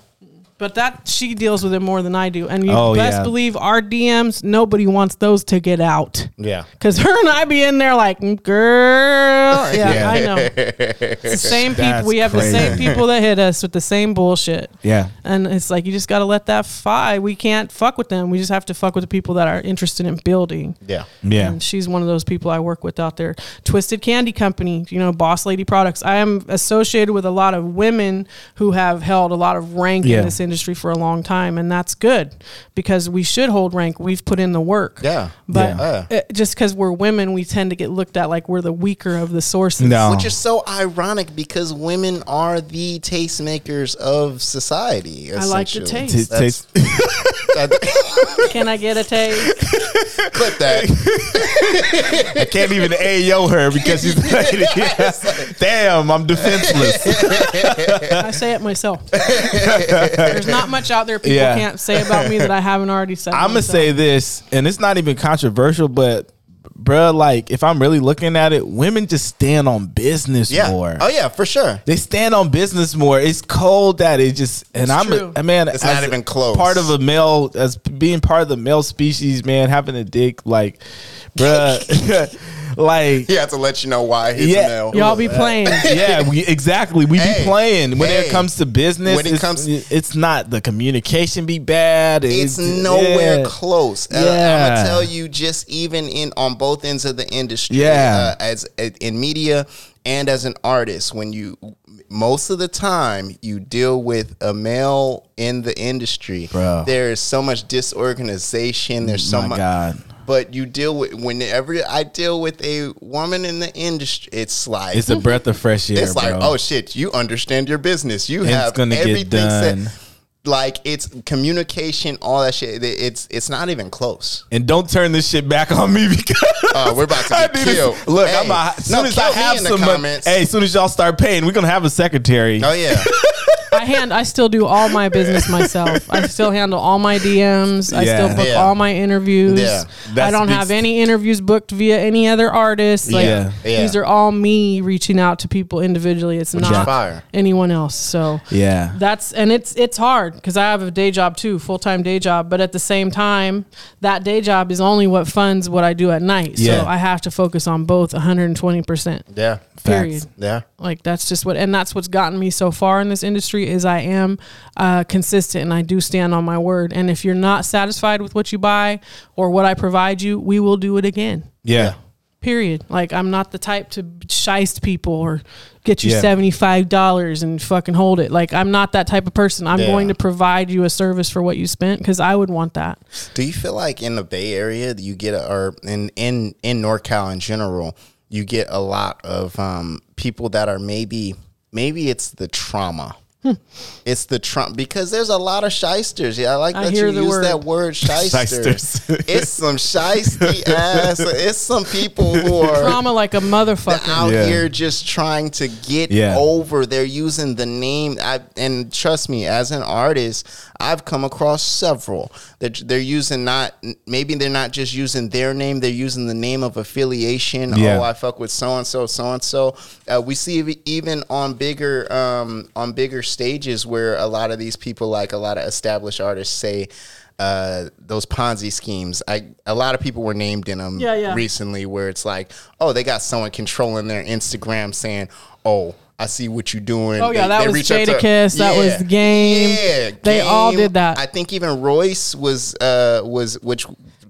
Speaker 1: But that she deals with it more than I do, and you
Speaker 3: Oh,
Speaker 1: best
Speaker 3: yeah.
Speaker 1: believe our DMs. Nobody wants those to get out.
Speaker 4: Yeah.
Speaker 1: Cause her and I be in there like, "Mm, girl, yeah,
Speaker 3: Yeah.
Speaker 1: I know. It's the same people.
Speaker 3: That's
Speaker 1: We have the same
Speaker 3: crazy.
Speaker 1: people that hit us with the same bullshit.
Speaker 3: Yeah.
Speaker 1: And it's like you just got to let that fly. We can't fuck with them. We just have to fuck with the people that are interested in building.
Speaker 4: Yeah.
Speaker 3: Yeah.
Speaker 1: And she's one of those people I work with out there. Twisted Candy Company, you know, Boss Lady Products. I am associated with a lot of women who have held a lot of rank
Speaker 3: Yeah.
Speaker 1: in this industry for a long time, and that's good because we should hold rank. We've put in the work.
Speaker 4: Yeah.
Speaker 1: But
Speaker 4: Yeah.
Speaker 1: uh, just because we're women, we tend to get looked at like we're the weaker of the sources.
Speaker 3: No.
Speaker 4: Which is so ironic because women are the tastemakers of society.
Speaker 1: I like the
Speaker 4: essentially.
Speaker 1: taste.
Speaker 3: T- taste-
Speaker 1: Can I get a taste?
Speaker 4: Clip that.
Speaker 3: I can't even AO her because she's like, damn, I'm defenseless.
Speaker 1: I say it myself. There's not much out there people
Speaker 3: Yeah.
Speaker 1: can't say about me that I haven't already said.
Speaker 3: I'm gonna
Speaker 1: myself.
Speaker 3: say this, and it's not even controversial, but bruh, like if I'm really looking at it, women just stand on business
Speaker 4: Yeah.
Speaker 3: more.
Speaker 4: Oh yeah, for sure.
Speaker 3: They stand on business more. It's cold that it just and
Speaker 1: It's
Speaker 3: I'm
Speaker 1: true.
Speaker 3: a, man.
Speaker 4: It's not
Speaker 3: as
Speaker 4: even close.
Speaker 3: Part of a male as being part of the male species, man, having a dick like, bruh, like
Speaker 4: He had to let you know why he's
Speaker 3: Yeah.
Speaker 4: a male.
Speaker 1: y'all be playing.
Speaker 3: yeah, we exactly. We
Speaker 4: Hey,
Speaker 3: be playing when
Speaker 4: hey.
Speaker 3: it comes to business.
Speaker 4: When it
Speaker 3: it's,
Speaker 4: comes-
Speaker 3: it's not the communication be bad.
Speaker 4: It's nowhere
Speaker 3: yeah.
Speaker 4: close. Uh, I'm
Speaker 3: Yeah.
Speaker 4: gonna tell you, just even in on both ends of the industry,
Speaker 3: Yeah.
Speaker 4: uh, as in media and as an artist, when you most of the time you deal with a male in the industry,
Speaker 3: Bro.
Speaker 4: there is so much disorganization. There's so
Speaker 3: My
Speaker 4: much.
Speaker 3: God.
Speaker 4: But you deal with whenever I deal with a woman in the industry, it's like
Speaker 3: It's a breath of fresh air.
Speaker 4: it's like,
Speaker 3: bro.
Speaker 4: oh shit, you understand your business. You
Speaker 3: It's
Speaker 4: have
Speaker 3: gonna get
Speaker 4: everything
Speaker 3: done.
Speaker 4: set. Like it's communication, all that shit. It- It's it's not even close.
Speaker 3: and don't turn this shit back on me because
Speaker 4: Oh, we're about to
Speaker 3: I
Speaker 4: get
Speaker 3: need to-
Speaker 4: killed.
Speaker 3: Look,
Speaker 4: Hey,
Speaker 3: I'm a, as
Speaker 4: no,
Speaker 3: soon as I
Speaker 4: kill me
Speaker 3: have
Speaker 4: in the
Speaker 3: some money,
Speaker 4: comments.
Speaker 3: hey, as soon as y'all start paying, we're gonna have a secretary.
Speaker 4: Oh yeah,
Speaker 1: I hand I still do all my business myself. I still handle all my DMs. I
Speaker 3: Yeah.
Speaker 1: still book
Speaker 4: Yeah.
Speaker 1: all my interviews.
Speaker 4: Yeah.
Speaker 3: That
Speaker 1: I don't
Speaker 3: speaks-
Speaker 1: have any interviews booked via any other artist. Like
Speaker 3: Yeah.
Speaker 4: Yeah.
Speaker 1: these are all me reaching out to people individually. It's
Speaker 4: is
Speaker 1: not
Speaker 4: fire.
Speaker 1: anyone else. So
Speaker 3: Yeah.
Speaker 1: that's and it's it's hard because I have a day job too, full time day job. But at the same time, that day job is only what funds what I do at night.
Speaker 3: Yeah.
Speaker 1: So I have to focus on both 120 percent.
Speaker 4: yeah,
Speaker 1: Period
Speaker 4: yeah.
Speaker 1: like that's just what and that's what's gotten me so far in this industry is i am uh, consistent and i do stand on my word and if you're not satisfied with what you buy or what i provide you we will do it again
Speaker 3: Yeah.
Speaker 1: period like i'm not the type to shyst people or get you
Speaker 3: Yeah.
Speaker 1: $75 and fucking hold it like i'm not that type of person i'm
Speaker 4: Yeah.
Speaker 1: going to provide you a service for what you spent because i would want that
Speaker 4: Do you feel like in the Bay Area that you get a, or in in in NorCal in general, you get a lot of um, people that are maybe maybe it's the trauma.
Speaker 1: Hmm.
Speaker 4: It's the Trump because there's a lot of shysters. Yeah, I like
Speaker 1: I
Speaker 4: that
Speaker 1: hear
Speaker 4: you
Speaker 1: the
Speaker 4: use
Speaker 1: word.
Speaker 4: that word shysters.
Speaker 3: Shysters.
Speaker 4: it's some shisty ass. It's some people who are
Speaker 1: trauma like a motherfucker
Speaker 4: out
Speaker 3: Yeah.
Speaker 4: here just trying to get
Speaker 3: Yeah.
Speaker 4: over. They're using the name. I, and trust me, as an artist, I've come across several. They're, they're using not, maybe they're not just using their name, they're using the name of affiliation.
Speaker 3: Yeah.
Speaker 4: Oh, I fuck with so and so, so and so. We see it even on bigger, um, on bigger stages where a lot of these people, like a lot of established artists, say, uh, those Ponzi schemes. I a lot of people were named in them
Speaker 1: Yeah, yeah.
Speaker 4: recently where it's like, oh, they got someone controlling their Instagram saying, oh, I see what you're doing.
Speaker 1: Oh, yeah,
Speaker 4: They-
Speaker 1: that
Speaker 4: they
Speaker 1: was
Speaker 4: reach out to-
Speaker 1: Jadakiss, that was The Game.
Speaker 4: Yeah,
Speaker 1: They all did that.
Speaker 4: I think even Royce was uh was which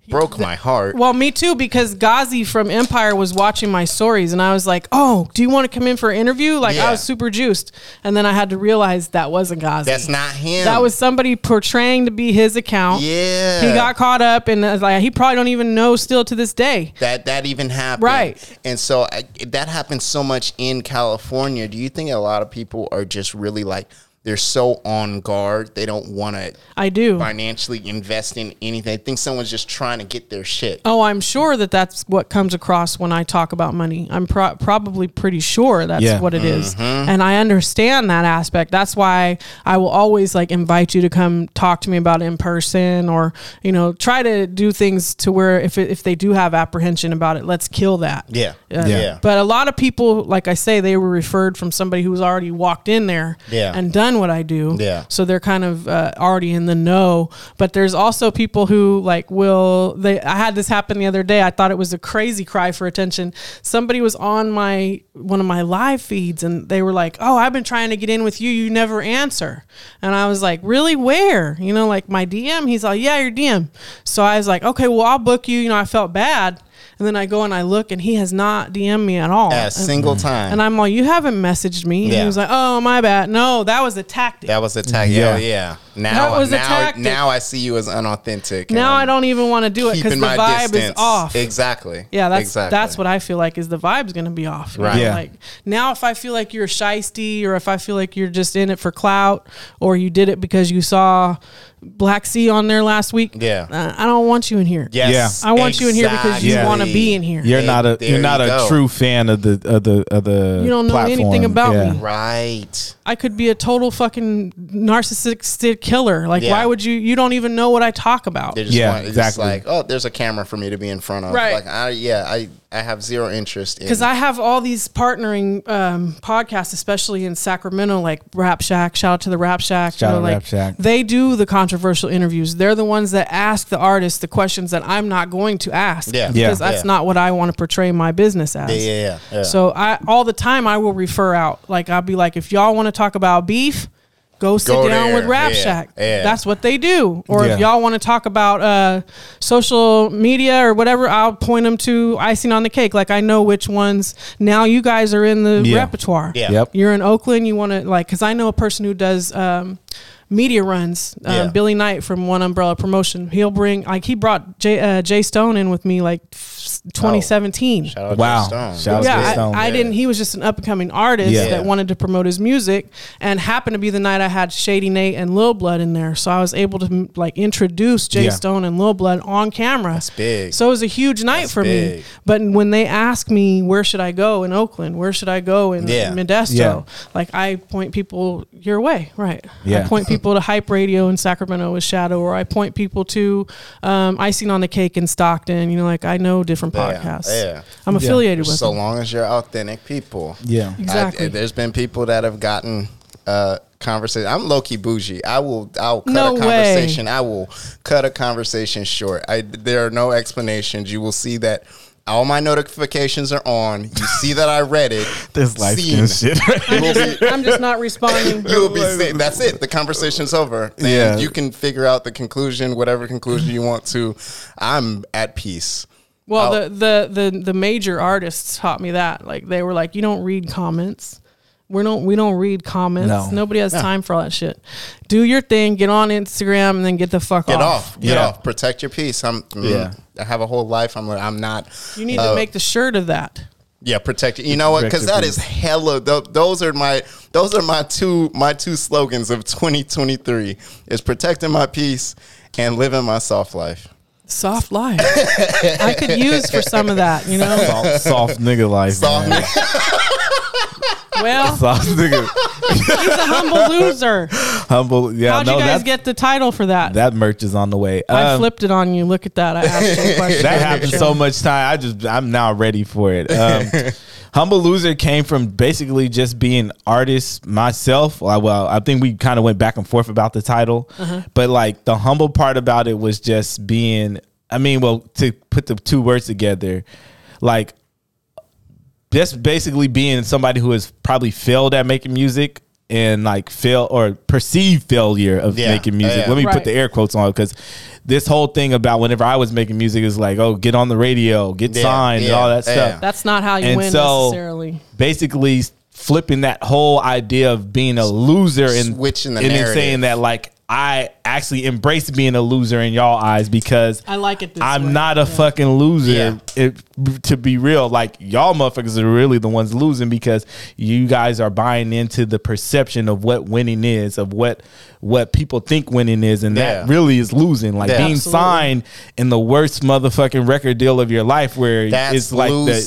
Speaker 4: broke my heart.
Speaker 1: Well, me too, because Ghazi from Empire was watching my stories, and I was like, "Oh, do you want to come in for an interview?" Like
Speaker 4: Yeah.
Speaker 1: I was super juiced, and then I had to realize that wasn't Ghazi.
Speaker 4: That's not him.
Speaker 1: That was somebody portraying to be his account.
Speaker 4: Yeah.
Speaker 1: he got caught up, and uh, like he probably don't even know still to this day.
Speaker 4: that that even happened
Speaker 1: Right.
Speaker 4: and so I, that happens so much in california do you think a lot of people are just really like they're so on guard they don't want to
Speaker 1: I do.
Speaker 4: financially invest in anything. I think someone's just trying to get their shit.
Speaker 1: Oh, I'm sure that that's what comes across when I talk about money. I'm pro- probably pretty sure that's
Speaker 3: Yeah.
Speaker 1: what it is.
Speaker 4: Mm-hmm.
Speaker 1: And I understand that aspect. That's why I will always like invite you to come talk to me about it in person or, you know, try to do things to where if, it, if they do have apprehension about it, let's kill that.
Speaker 4: Yeah.
Speaker 1: Uh,
Speaker 4: Yeah.
Speaker 1: But a lot of people, like I say, they were referred from somebody who was already walked in there
Speaker 4: Yeah.
Speaker 1: and done understand what I do.
Speaker 4: Yeah.
Speaker 1: So they're kind of uh, already in the know. But there's also people who like will they. I had this happen the other day. I thought it was a crazy cry for attention. Somebody was on my one of my live feeds and they were like, "Oh, I've been trying to get in with you. You never answer." And I was like, "Really? Where? You know, like my DM?" He's like, "Yeah, your DM." So I was like, "Okay, well, I'll book you." You know, I felt bad. And then I go and I look, and he has not DM would me at all.
Speaker 4: At a
Speaker 1: And-
Speaker 4: single time.
Speaker 1: uh, and I'm like, you haven't messaged me. And
Speaker 4: Yeah.
Speaker 1: he was like, oh, my bad. No, that was a tactic.
Speaker 4: that was a tactic.
Speaker 3: Yeah.
Speaker 4: Yeah. yeah. Now,
Speaker 1: That was a
Speaker 4: now,
Speaker 1: tactic.
Speaker 4: now I see you as unauthentic. and
Speaker 1: now
Speaker 4: I'm
Speaker 1: I don't even want to do it because the
Speaker 4: keeping my
Speaker 1: vibe is
Speaker 4: distance.
Speaker 1: off.
Speaker 4: Exactly.
Speaker 1: Yeah, that's
Speaker 4: exactly.
Speaker 1: that's what I feel like is the vibe's gonna be off. you know?
Speaker 4: Right.
Speaker 3: Yeah.
Speaker 1: Like now, if I feel like you're shisty, or if I feel like you're just in it for clout, or you did it because you saw Black Sea on there last week.
Speaker 4: Yeah.
Speaker 1: uh, I don't want you in here.
Speaker 4: Yes.
Speaker 1: I want you in here because you
Speaker 3: Exactly.
Speaker 1: want to be in here.
Speaker 3: You're
Speaker 4: Hey,
Speaker 3: not a
Speaker 4: there
Speaker 3: you're not
Speaker 4: you
Speaker 3: a
Speaker 4: go.
Speaker 3: true fan of the of the of the.
Speaker 1: You don't know anything
Speaker 3: platform.
Speaker 1: about
Speaker 3: Yeah.
Speaker 1: me.
Speaker 4: Right.
Speaker 1: I could be a total fucking narcissistic killer. Like,
Speaker 4: Yeah.
Speaker 1: why would you? You don't even know what I talk about.
Speaker 4: They just
Speaker 3: Yeah,
Speaker 4: want it's
Speaker 3: exactly.
Speaker 4: just like, oh, there's a camera for me to be in front of.
Speaker 1: Right.
Speaker 4: Like, I, yeah, I, I have zero interest in.
Speaker 1: because I have all these partnering um, podcasts, especially in Sacramento, like Rap Shack. Shout out to the Rap Shack.
Speaker 3: Shout out
Speaker 1: like,
Speaker 3: Rap Shack.
Speaker 1: They do the controversial interviews. They're the ones that ask the artists the questions that I'm not going to ask.
Speaker 4: Yeah.
Speaker 3: Yeah.
Speaker 1: Because that's
Speaker 4: Yeah.
Speaker 1: not what I want to portray my business as.
Speaker 4: Yeah, yeah, yeah, yeah.
Speaker 1: So I all the time I will refer out. Like I'll be like, if y'all want to talk about beef. Go sit
Speaker 4: Go
Speaker 1: down
Speaker 4: there.
Speaker 1: with Rap
Speaker 4: Yeah.
Speaker 1: Shack.
Speaker 4: Yeah.
Speaker 1: That's what they do. Or if
Speaker 3: Yeah.
Speaker 1: y'all want to talk about uh, social media or whatever, I'll point them to icing on the cake. Like I know which ones. Now you guys are in the
Speaker 3: Yeah.
Speaker 1: repertoire.
Speaker 4: Yeah.
Speaker 3: Yep.
Speaker 1: You're in Oakland. You want to like because I know a person who does um, media runs. Um,
Speaker 4: Yeah.
Speaker 1: Billy Knight from One Umbrella Promotion. He'll bring like he brought Jay, uh, Jay Stone in with me like f-
Speaker 3: Oh.
Speaker 1: 2017.
Speaker 4: Shout out to
Speaker 3: Wow.
Speaker 4: Stone.
Speaker 3: Shout out
Speaker 1: Yeah,
Speaker 3: Jay
Speaker 1: I,
Speaker 3: Stone.
Speaker 1: I
Speaker 3: Yeah.
Speaker 1: didn't. He was just an up and coming artist
Speaker 3: Yeah.
Speaker 1: that wanted to promote his music, and happened to be the night I had Shady Nate and Lil Blood in there, so I was able to m- like introduce Jay
Speaker 3: Yeah.
Speaker 1: Stone and Lil Blood on camera. That's
Speaker 4: big.
Speaker 1: So it was a huge night for me.
Speaker 4: big.
Speaker 1: But when they ask me where should I go in Oakland, where should I go in
Speaker 4: Yeah.
Speaker 1: Modesto,
Speaker 3: Yeah.
Speaker 1: like I point people your way, right?
Speaker 3: Yeah.
Speaker 1: I point people to Hype Radio in Sacramento with Shadow, or I point people to um, Icing on the Cake in Stockton. You know, like I know different
Speaker 4: Yeah,
Speaker 1: podcasts.
Speaker 4: yeah.
Speaker 1: I'm affiliated with.
Speaker 4: So
Speaker 1: them.
Speaker 4: long as you're authentic people.
Speaker 3: Yeah.
Speaker 4: I-
Speaker 1: Exactly.
Speaker 4: there's been people that have gotten uh conversation. I'm low key bougie. I will I'll cut
Speaker 1: No
Speaker 4: a
Speaker 1: way.
Speaker 4: conversation. I will cut a conversation short. I there are no explanations. You will see that all my notifications are on. You see that I read it.
Speaker 3: This life
Speaker 4: Seen.
Speaker 3: skin shit.
Speaker 1: I'm just, I'm just not responding.
Speaker 4: You'll be saying, that's it. The conversation's over. And
Speaker 3: Yeah.
Speaker 4: you can figure out the conclusion, whatever conclusion you want to. I'm at peace.
Speaker 1: Well, the, the the the major artists taught me that. Like they were like, you don't read comments. We don't we don't read comments.
Speaker 3: No.
Speaker 1: Nobody has time for all that shit. Do your thing. Get on Instagram and then get the fuck
Speaker 4: Get
Speaker 1: off.
Speaker 4: off. Get
Speaker 3: Yeah.
Speaker 4: off. Protect your peace. I'm. mm,
Speaker 3: Yeah.
Speaker 4: I have a whole life. I'm. I'm not.
Speaker 1: You need
Speaker 3: Oh.
Speaker 1: to make the shirt of that.
Speaker 4: Yeah, protect. You know what? Because
Speaker 3: Protect
Speaker 4: that
Speaker 3: your
Speaker 4: is hella. tho- Those are my. Those are my two. My two slogans of 2023 is protecting my peace and living my soft life.
Speaker 1: Soft life. I could use for some of that. You know.
Speaker 3: soft, soft nigga life.
Speaker 4: Soft
Speaker 3: man.
Speaker 1: Well,
Speaker 3: soft nigga.
Speaker 1: he's a humble loser.
Speaker 3: Humble. Yeah.
Speaker 1: How'd
Speaker 3: no,
Speaker 1: you guys
Speaker 3: that,
Speaker 1: get the title for that?
Speaker 3: that merch is on the way.
Speaker 1: I
Speaker 3: Um,
Speaker 1: flipped it on you. Look at that. I asked you a question.
Speaker 3: That happened so much time. I just I'm now ready for it. Um, Humble loser came from basically just being artist myself. Well, I- well, I think we kind of went back and forth about the title,
Speaker 1: Uh-huh.
Speaker 3: but like the humble part about it was just being. I mean, well, to put the two words together, like just basically being somebody who has probably failed at making music and like fail or perceived failure of
Speaker 4: Yeah, Oh,
Speaker 3: making music.
Speaker 4: yeah.
Speaker 3: Let me
Speaker 1: Right.
Speaker 3: put the air quotes on because this whole thing about whenever I was making music is like, oh, get on the radio, get
Speaker 4: Yeah,
Speaker 3: signed, and
Speaker 4: yeah,
Speaker 3: all that
Speaker 4: yeah.
Speaker 3: stuff.
Speaker 1: That's not how you
Speaker 3: and
Speaker 1: win
Speaker 3: so
Speaker 1: necessarily.
Speaker 3: basically flipping that whole idea of being a loser and
Speaker 4: Switching the
Speaker 3: and then
Speaker 4: narrative.
Speaker 3: saying that like I actually embrace being a loser in y'all eyes because
Speaker 1: I like it this
Speaker 3: I'm
Speaker 1: way.
Speaker 3: not a fucking loser.
Speaker 4: Yeah.
Speaker 3: It, to be real, like y'all motherfuckers are really the ones losing because you guys are buying into the perception of what winning is, of what what people think winning is, and that
Speaker 4: Yeah.
Speaker 3: really is losing. Like
Speaker 4: Yeah.
Speaker 3: being
Speaker 1: Absolutely.
Speaker 3: signed in the worst motherfucking record deal of your life, where
Speaker 4: That's
Speaker 3: it's like the the, the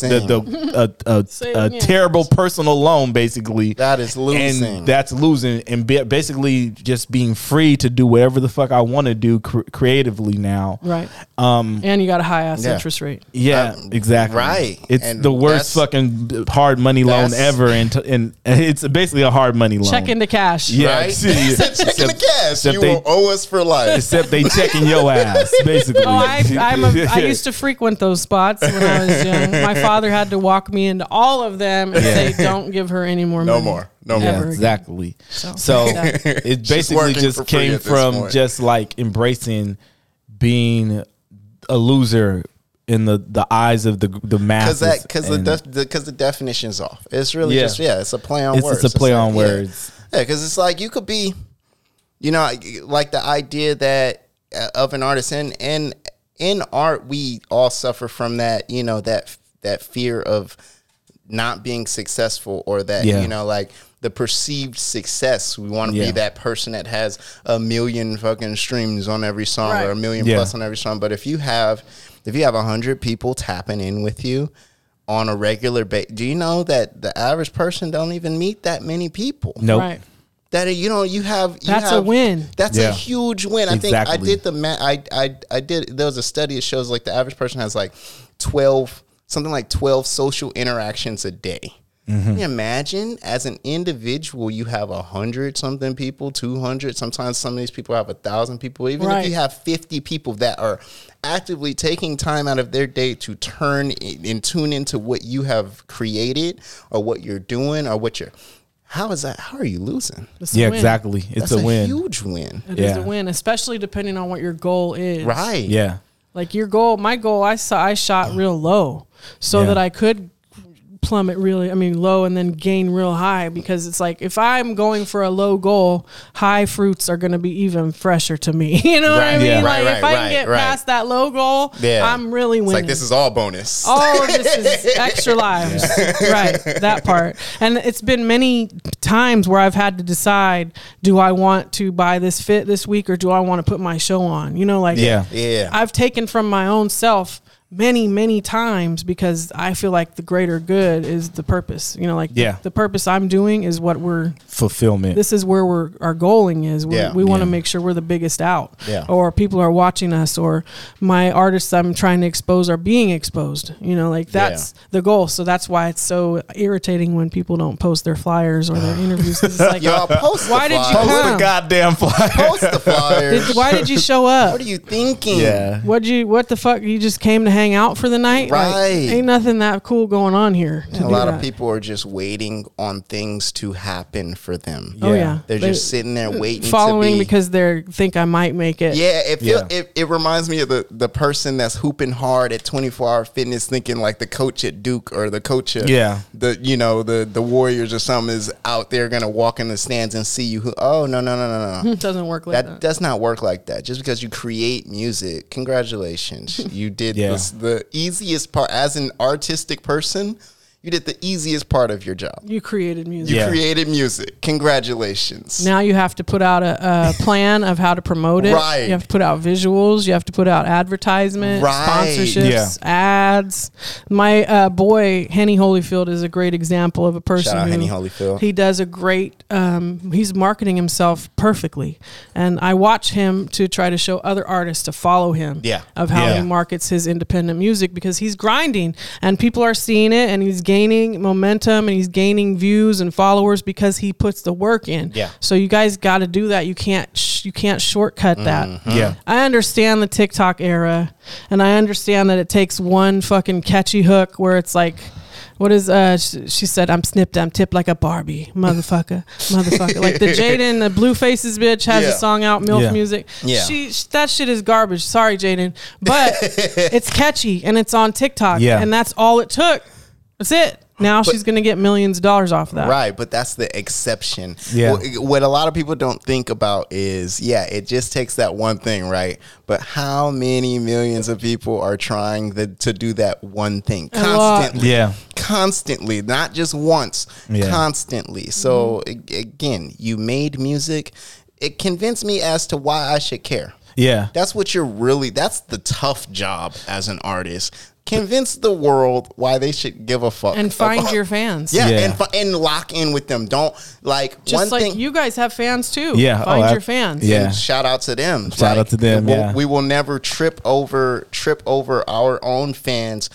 Speaker 1: Say
Speaker 3: a,
Speaker 1: it
Speaker 3: a, a
Speaker 1: again.
Speaker 3: terrible personal loan, basically.
Speaker 4: That is losing.
Speaker 3: And that's losing, and be, basically just being free free to do whatever the fuck I want to do cr- creatively now.
Speaker 1: Right. Um, and you got a high ass
Speaker 4: Yeah.
Speaker 1: interest rate.
Speaker 3: Yeah,
Speaker 4: Um,
Speaker 3: exactly.
Speaker 4: right.
Speaker 3: It's
Speaker 4: And
Speaker 3: the worst
Speaker 4: that's-
Speaker 3: fucking hard money loan
Speaker 4: that's-
Speaker 3: ever, and t- and it's basically a hard money loan.
Speaker 1: Check into cash.
Speaker 3: Yeah,
Speaker 4: right?
Speaker 3: see,
Speaker 4: He said,
Speaker 3: except-
Speaker 4: Check in the cash.
Speaker 3: except
Speaker 4: You
Speaker 3: they-
Speaker 4: will owe us for life.
Speaker 3: except they checking your ass basically.
Speaker 1: Oh, I, I'm a, I used to frequent those spots when I was young. My father had to walk me into all of them and say, "Don't give her any more
Speaker 4: No
Speaker 1: money."
Speaker 4: more. No
Speaker 3: Yeah,
Speaker 1: Ever
Speaker 4: more.
Speaker 1: again.
Speaker 3: exactly. So,
Speaker 1: Yeah.
Speaker 3: it basically
Speaker 4: working
Speaker 3: just
Speaker 4: for free
Speaker 3: came
Speaker 4: at this
Speaker 3: from
Speaker 4: point.
Speaker 3: just like embracing being a loser in the, the eyes of the the
Speaker 4: Because
Speaker 3: masses.
Speaker 4: that, because the,
Speaker 3: and
Speaker 4: def, the, cause the definition's off. It's really
Speaker 3: Yeah.
Speaker 4: just yeah. It's a play on
Speaker 3: It's-
Speaker 4: words.
Speaker 3: it's a play on
Speaker 4: yeah.
Speaker 3: words.
Speaker 4: Yeah, because it's like you could be, you know, like the idea that uh, of an artist and and in art we all suffer from that. You know that that fear of not being successful or that
Speaker 3: Yeah.
Speaker 4: you know like the perceived success we want to
Speaker 3: Yeah.
Speaker 4: be that person that has a million fucking streams on every song
Speaker 1: Right.
Speaker 4: or a million
Speaker 3: Yeah.
Speaker 4: plus on every song but if you have if you have 100 people tapping in with you on a regular basis do you know that the average person don't even meet that many people
Speaker 3: nope.
Speaker 1: Right.
Speaker 4: that you know you have you
Speaker 1: That's a
Speaker 4: have-
Speaker 1: win.
Speaker 4: That's
Speaker 3: Yeah.
Speaker 4: a huge win. I think I
Speaker 3: Exactly.
Speaker 4: did the math. I, I I did. There was a study that shows like the average person has like twelve something like twelve social interactions a day.
Speaker 3: Mm-hmm.
Speaker 4: Can you imagine as an individual you have a hundred something people, two hundred. Sometimes some of these people have a thousand people. Even
Speaker 1: Right.
Speaker 4: if you have fifty people that are actively taking time out of their day to turn in, and tune into what you have created or what you're doing or what you're. How is that? How are you losing?
Speaker 1: It's a
Speaker 3: Yeah,
Speaker 1: win.
Speaker 3: exactly. It's
Speaker 4: That's
Speaker 3: a win.
Speaker 4: huge win.
Speaker 1: It is
Speaker 3: Yeah.
Speaker 1: a win, especially depending on what your goal is.
Speaker 4: Right.
Speaker 3: yeah.
Speaker 1: Like your goal, my goal, I saw I shot real low so
Speaker 3: Yeah.
Speaker 1: that I could plummet really, I mean low and then gain real high because it's like if I'm going for a low goal, high fruits are going to be even fresher to me. You know what I
Speaker 4: Right.
Speaker 1: mean?
Speaker 3: Yeah.
Speaker 1: Like
Speaker 4: Right,
Speaker 1: if
Speaker 4: right,
Speaker 1: I can
Speaker 4: right,
Speaker 1: get
Speaker 4: right.
Speaker 1: past that low goal, I'm really
Speaker 4: It's
Speaker 1: winning.
Speaker 4: like this is all bonus.
Speaker 1: all of this is extra lives right that part and it's been many times where i've had to decide do i want to buy this fit this week or do i want to put my show on you know like
Speaker 3: Yeah.
Speaker 4: yeah.
Speaker 1: i've taken from my own self many many times because i feel like the greater good is the purpose you know like
Speaker 3: Yeah.
Speaker 1: the, purpose i'm doing is what we're
Speaker 3: Fulfillment.
Speaker 1: this is where we're our goaling is. We,
Speaker 4: Yeah.
Speaker 1: we want to
Speaker 3: Yeah.
Speaker 1: make sure we're the biggest out,
Speaker 4: Yeah.
Speaker 1: or people are watching us, or my artists I'm trying to expose are being exposed. You know, like that's the goal. So that's why it's so irritating when people don't post their flyers or their interviews. 'cause It's like,
Speaker 4: Y'all post
Speaker 1: Why
Speaker 4: the
Speaker 1: did you come?
Speaker 4: flyers.
Speaker 3: Post the goddamn flyer.
Speaker 4: Post the flyers.
Speaker 1: did, why did you show up?
Speaker 4: what are you thinking?
Speaker 3: Yeah.
Speaker 1: What'd you? What the fuck? You just came to hang out for the night? Like,
Speaker 4: Right.
Speaker 1: ain't nothing that cool going on here. to
Speaker 4: A
Speaker 1: do
Speaker 4: lot of
Speaker 1: that.
Speaker 4: people are just waiting on things to happen for them.
Speaker 1: Oh yeah.
Speaker 4: They're
Speaker 1: They-
Speaker 4: just sitting there waiting.
Speaker 1: following
Speaker 4: to be,
Speaker 1: because they think I might make it.
Speaker 4: Yeah, it, feel,
Speaker 3: Yeah.
Speaker 4: it it reminds me of the, the person that's hooping hard at 24 hour fitness thinking like the coach at Duke or the coach at
Speaker 3: Yeah.
Speaker 4: the you know the the Warriors or something is out there going to walk in the stands and see you who oh no no no no no.
Speaker 1: It doesn't work like
Speaker 4: That does not work like that. Just because you create music, congratulations, you did
Speaker 3: Yeah.
Speaker 4: this, the easiest part as an artistic person. You did the easiest part of your job.
Speaker 1: You created music.
Speaker 4: You
Speaker 3: Yeah.
Speaker 4: created music. Congratulations.
Speaker 1: Now you have to put out a, a plan of how to promote it.
Speaker 4: Right.
Speaker 1: You have to put out visuals. You have to put out advertisements,
Speaker 4: Right.
Speaker 1: sponsorships,
Speaker 3: Yeah.
Speaker 1: ads. My uh, boy Henny Holyfield is a great example of a person.
Speaker 4: out
Speaker 1: who,
Speaker 4: Henny Holyfield.
Speaker 1: He does a great. Um, he's marketing himself perfectly, and I watch him to try to show other artists to follow him.
Speaker 4: Yeah.
Speaker 1: Of how
Speaker 3: Yeah.
Speaker 1: he markets his independent music because he's grinding and people are seeing it and he's gaining momentum and he's gaining views and followers because he puts the work in.
Speaker 4: Yeah.
Speaker 1: So you guys got to do that. You can't sh- you can't shortcut that.
Speaker 4: Mm-hmm.
Speaker 3: Yeah.
Speaker 1: I understand the TikTok era, and I understand that it takes one fucking catchy hook where it's like, what is uh? She, she said, "I'm snipped, I'm tipped like a Barbie, motherfucker, motherfucker." Like the Jaden, the blue faces bitch has
Speaker 4: Yeah.
Speaker 1: a song out, milf
Speaker 3: Yeah.
Speaker 1: music.
Speaker 4: Yeah.
Speaker 1: she sh- that shit is garbage. Sorry, Jaden, but it's catchy and it's on TikTok.
Speaker 3: Yeah.
Speaker 1: and that's all it took. That's it. Now she's gonna get millions of dollars off that.
Speaker 4: Right, but that's the exception.
Speaker 3: Yeah.
Speaker 4: What, what a lot of people don't think about is, yeah, it just takes that one thing, right? But how many millions of people are trying the, to do that one thing
Speaker 1: lot.
Speaker 4: constantly?
Speaker 3: Yeah.
Speaker 4: Constantly, not just once,
Speaker 3: Yeah.
Speaker 4: constantly. So
Speaker 1: Mm-hmm.
Speaker 4: a- again, you made music. It convinced me as to why I should care.
Speaker 3: Yeah.
Speaker 4: That's what you're really, that's the tough job as an artist. convince the world why they should give a fuck
Speaker 1: and find
Speaker 4: about-
Speaker 1: your fans.
Speaker 4: Oh. yeah,
Speaker 3: Yeah.
Speaker 4: And, fi- and lock in with them. Don't like
Speaker 1: Just
Speaker 4: one
Speaker 1: like
Speaker 4: thing.
Speaker 1: you guys have fans too.
Speaker 3: Yeah,
Speaker 1: Find
Speaker 3: oh, I-
Speaker 1: your fans.
Speaker 3: yeah.
Speaker 4: and shout out to them.
Speaker 3: Shout out to them,
Speaker 4: we'll-
Speaker 3: yeah.
Speaker 4: We will never trip over trip over our own fans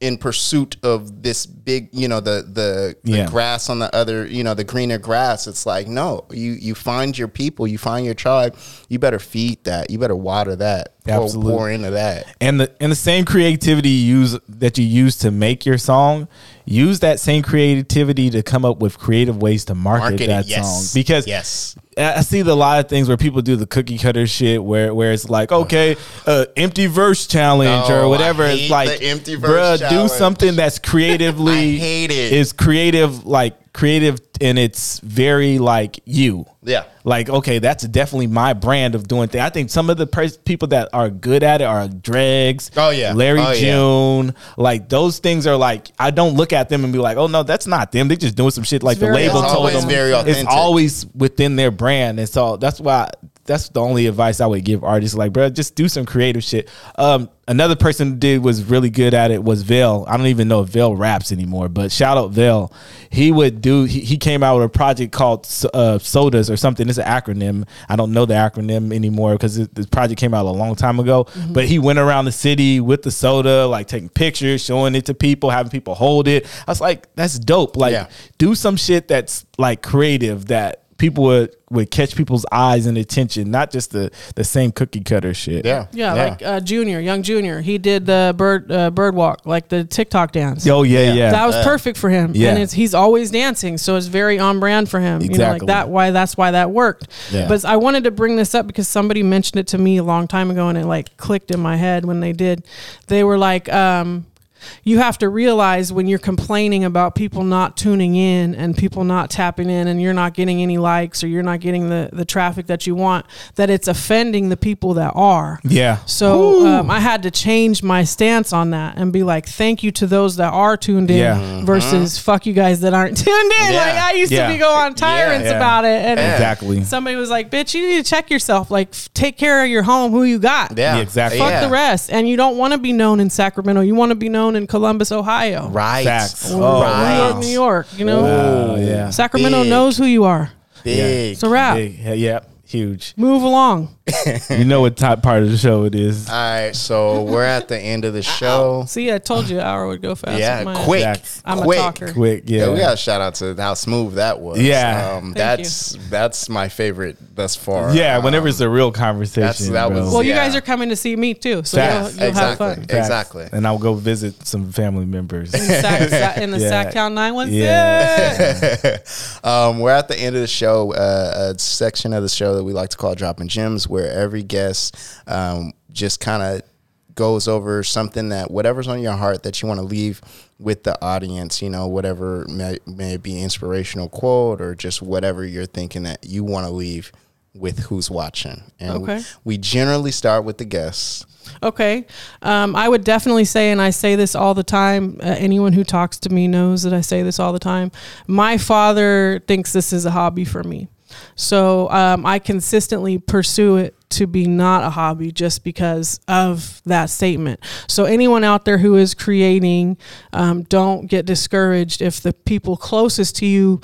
Speaker 4: in pursuit of this big, you know, the the, the
Speaker 3: Yeah.
Speaker 4: grass on the other, you know, the greener grass. It's like no, you you find your people, you find your tribe. You better feed that. You better water that. Pour,
Speaker 3: Absolutely.
Speaker 4: pour into that.
Speaker 3: and the and the same creativity you use that you use to make your song, use that same creativity to come up with creative ways to market,
Speaker 4: Market it,
Speaker 3: that
Speaker 4: yes.
Speaker 3: song. Because
Speaker 4: Yes.
Speaker 3: I I see the lot of things where people do the cookie cutter shit, where where it's like, okay, uh, empty verse challenge
Speaker 4: No, I
Speaker 3: or whatever.
Speaker 4: hate
Speaker 3: It's like,
Speaker 4: the empty verse
Speaker 3: bruh,
Speaker 4: challenge.
Speaker 3: do something that's creatively
Speaker 4: I hate it.
Speaker 3: Is creative like creative and it's very like you.
Speaker 4: Yeah.
Speaker 3: Like okay, that's definitely my brand of doing things. I think some of the pers- people that are good at it are Dregs,
Speaker 4: Oh, yeah.
Speaker 3: Larry
Speaker 4: Oh, yeah.
Speaker 3: June. Like those things are like I don't look at them and be like, oh no, that's not them. They just doing some shit like the
Speaker 1: very
Speaker 3: label
Speaker 1: It's
Speaker 3: told
Speaker 1: always
Speaker 3: them.
Speaker 4: very authentic.
Speaker 3: It's always within their brand, and so that's why that's the only advice I would give artists. Like, bro, just do some creative shit. Um, another person who did was really good at it was Vale. I don't even know if Vale raps anymore, but shout out Vale. He would do. He, he came out with a project called uh, Sodas or something. It's an acronym. I don't know the acronym anymore because this project came out a long time ago. But he went around the city with the soda, like taking pictures, showing it to people, having people hold it. I was like, that's dope. Like,
Speaker 4: Yeah.
Speaker 3: do some shit that's like creative that people would would catch people's eyes and attention, not just the the same cookie cutter shit.
Speaker 4: Yeah.
Speaker 1: Yeah, like uh, Junior, Young Junior, he did the bird uh, bird walk, like the TikTok dance.
Speaker 3: Oh yeah, yeah.
Speaker 1: that was perfect for him.
Speaker 3: yeah.
Speaker 1: And it's, he's always dancing, so it's very on brand for him. You know, like
Speaker 3: Exactly.
Speaker 1: that why that's why that worked.
Speaker 3: Yeah.
Speaker 1: But I wanted to bring this up because somebody mentioned it to me a long time ago and it like clicked in my head when they did. They were like, um, you have to realize when you're complaining about people not tuning in and people not tapping in and you're not getting any likes or you're not getting the, the traffic that you want, that it's offending the people that are.
Speaker 3: yeah.
Speaker 1: So um, I had to change my stance on that and be like, thank you to those that are tuned in
Speaker 3: Yeah. Mhm.
Speaker 1: versus fuck you guys that aren't tuned in.
Speaker 4: Mm-hmm. Yeah.
Speaker 1: Like I used
Speaker 3: Yeah.
Speaker 1: to be go on tyrants
Speaker 3: yeah.
Speaker 1: about it. And
Speaker 3: Exactly.
Speaker 1: somebody was like, bitch, you need to check yourself. Like f- take care of your home, who you got.
Speaker 4: Yeah.
Speaker 3: exactly.
Speaker 1: Fuck
Speaker 4: Yeah.
Speaker 1: the rest. And you don't want to be known in Sacramento. You want to be known in Columbus, Ohio.
Speaker 4: Right.
Speaker 3: Facts.
Speaker 1: Or
Speaker 3: Oh,
Speaker 1: New
Speaker 4: right.
Speaker 1: York, New York. You know?
Speaker 3: Oh yeah.
Speaker 1: Sacramento
Speaker 4: Big.
Speaker 1: knows who you are.
Speaker 4: Big.
Speaker 1: It's a wrap.
Speaker 3: Big, yeah, yeah, huge.
Speaker 1: Move along.
Speaker 3: You know what top part of the show it is.
Speaker 4: All right. So we're at the end of the show.
Speaker 1: See, I told you an hour would go fast.
Speaker 4: Yeah,
Speaker 1: with mine.
Speaker 4: quick.
Speaker 3: Facts.
Speaker 1: I'm
Speaker 4: quick.
Speaker 1: a talker.
Speaker 3: Quick, yeah.
Speaker 4: Yeah, we got a shout out to how smooth that was.
Speaker 3: Yeah.
Speaker 4: um,
Speaker 1: Thank
Speaker 4: that's that's my favorite thus far.
Speaker 3: yeah, whenever
Speaker 4: Um,
Speaker 3: it's a real conversation.
Speaker 4: that
Speaker 3: bro.
Speaker 4: was-
Speaker 1: Well, you
Speaker 4: Yeah.
Speaker 1: guys are coming to see me too, so you'll,
Speaker 3: Facts.
Speaker 1: you'll have
Speaker 4: exactly,
Speaker 1: fun.
Speaker 3: Facts.
Speaker 4: exactly.
Speaker 3: And I'll go visit some family members.
Speaker 1: Sac, sac, in the
Speaker 3: Yeah.
Speaker 1: Sacktown 916.
Speaker 3: Yeah.
Speaker 4: um, we're at the end of the show, uh, a section of the show that we like to call Dropping Gems, where every guest um, just kind of goes over something that whatever's on your heart that you want to leave with the audience, you know, whatever may, may be inspirational quote or just whatever you're thinking that you want to leave with who's watching. And
Speaker 1: Okay.
Speaker 4: we, we generally start with the guests.
Speaker 1: Okay. Um, I would definitely say, and I say this all the time, uh, anyone who talks to me knows that I say this all the time. My father thinks this is a hobby for me. So um, I consistently pursue it to be not a hobby just because of that statement. So anyone out there who is creating, um, don't get discouraged if the people closest to you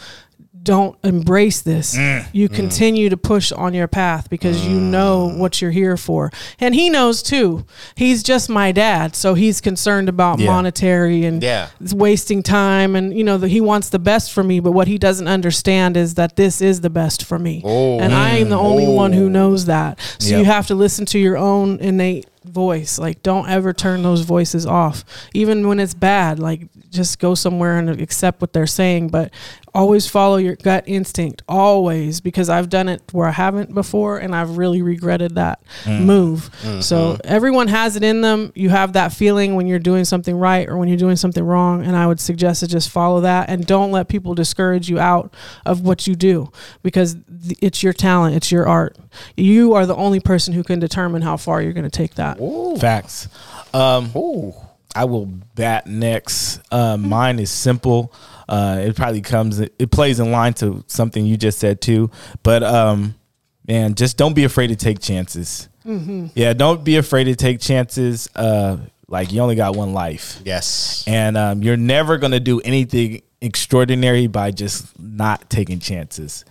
Speaker 1: don't embrace this. You continue to push on your path because you know what you're here for. And he knows too. He's just my dad, so he's concerned about
Speaker 3: Yeah.
Speaker 1: monetary and
Speaker 4: Yeah.
Speaker 1: wasting time and you know that he wants the best for me, but what he doesn't understand is that this is the best for me. and I am the only one who knows that. So you
Speaker 3: Yep.
Speaker 1: have to listen to your own innate voice. Like don't ever turn those voices off. Even when it's bad, like just go somewhere and accept what they're saying, but always follow your gut instinct always because I've done it where I haven't before and I've really regretted that move. So
Speaker 4: Mm-hmm.
Speaker 1: everyone has it in them. You have that feeling when you're doing something right or when you're doing something wrong and I would suggest to just follow that and don't let people discourage you out of what you do because th- it's your talent, it's your art. You are the only person who can determine how far you're going to take that.
Speaker 3: Facts. Um, I will bat next. Uh, mine is simple. Uh, it probably comes. It plays in line to something you just said too. But um, man,
Speaker 1: Mm-hmm.
Speaker 3: just don't be afraid to take chances. Yeah, don't be afraid to take chances. Uh, Like you only got one life.
Speaker 4: Yes.
Speaker 3: And um, you're never gonna do anything extraordinary by just not taking chances.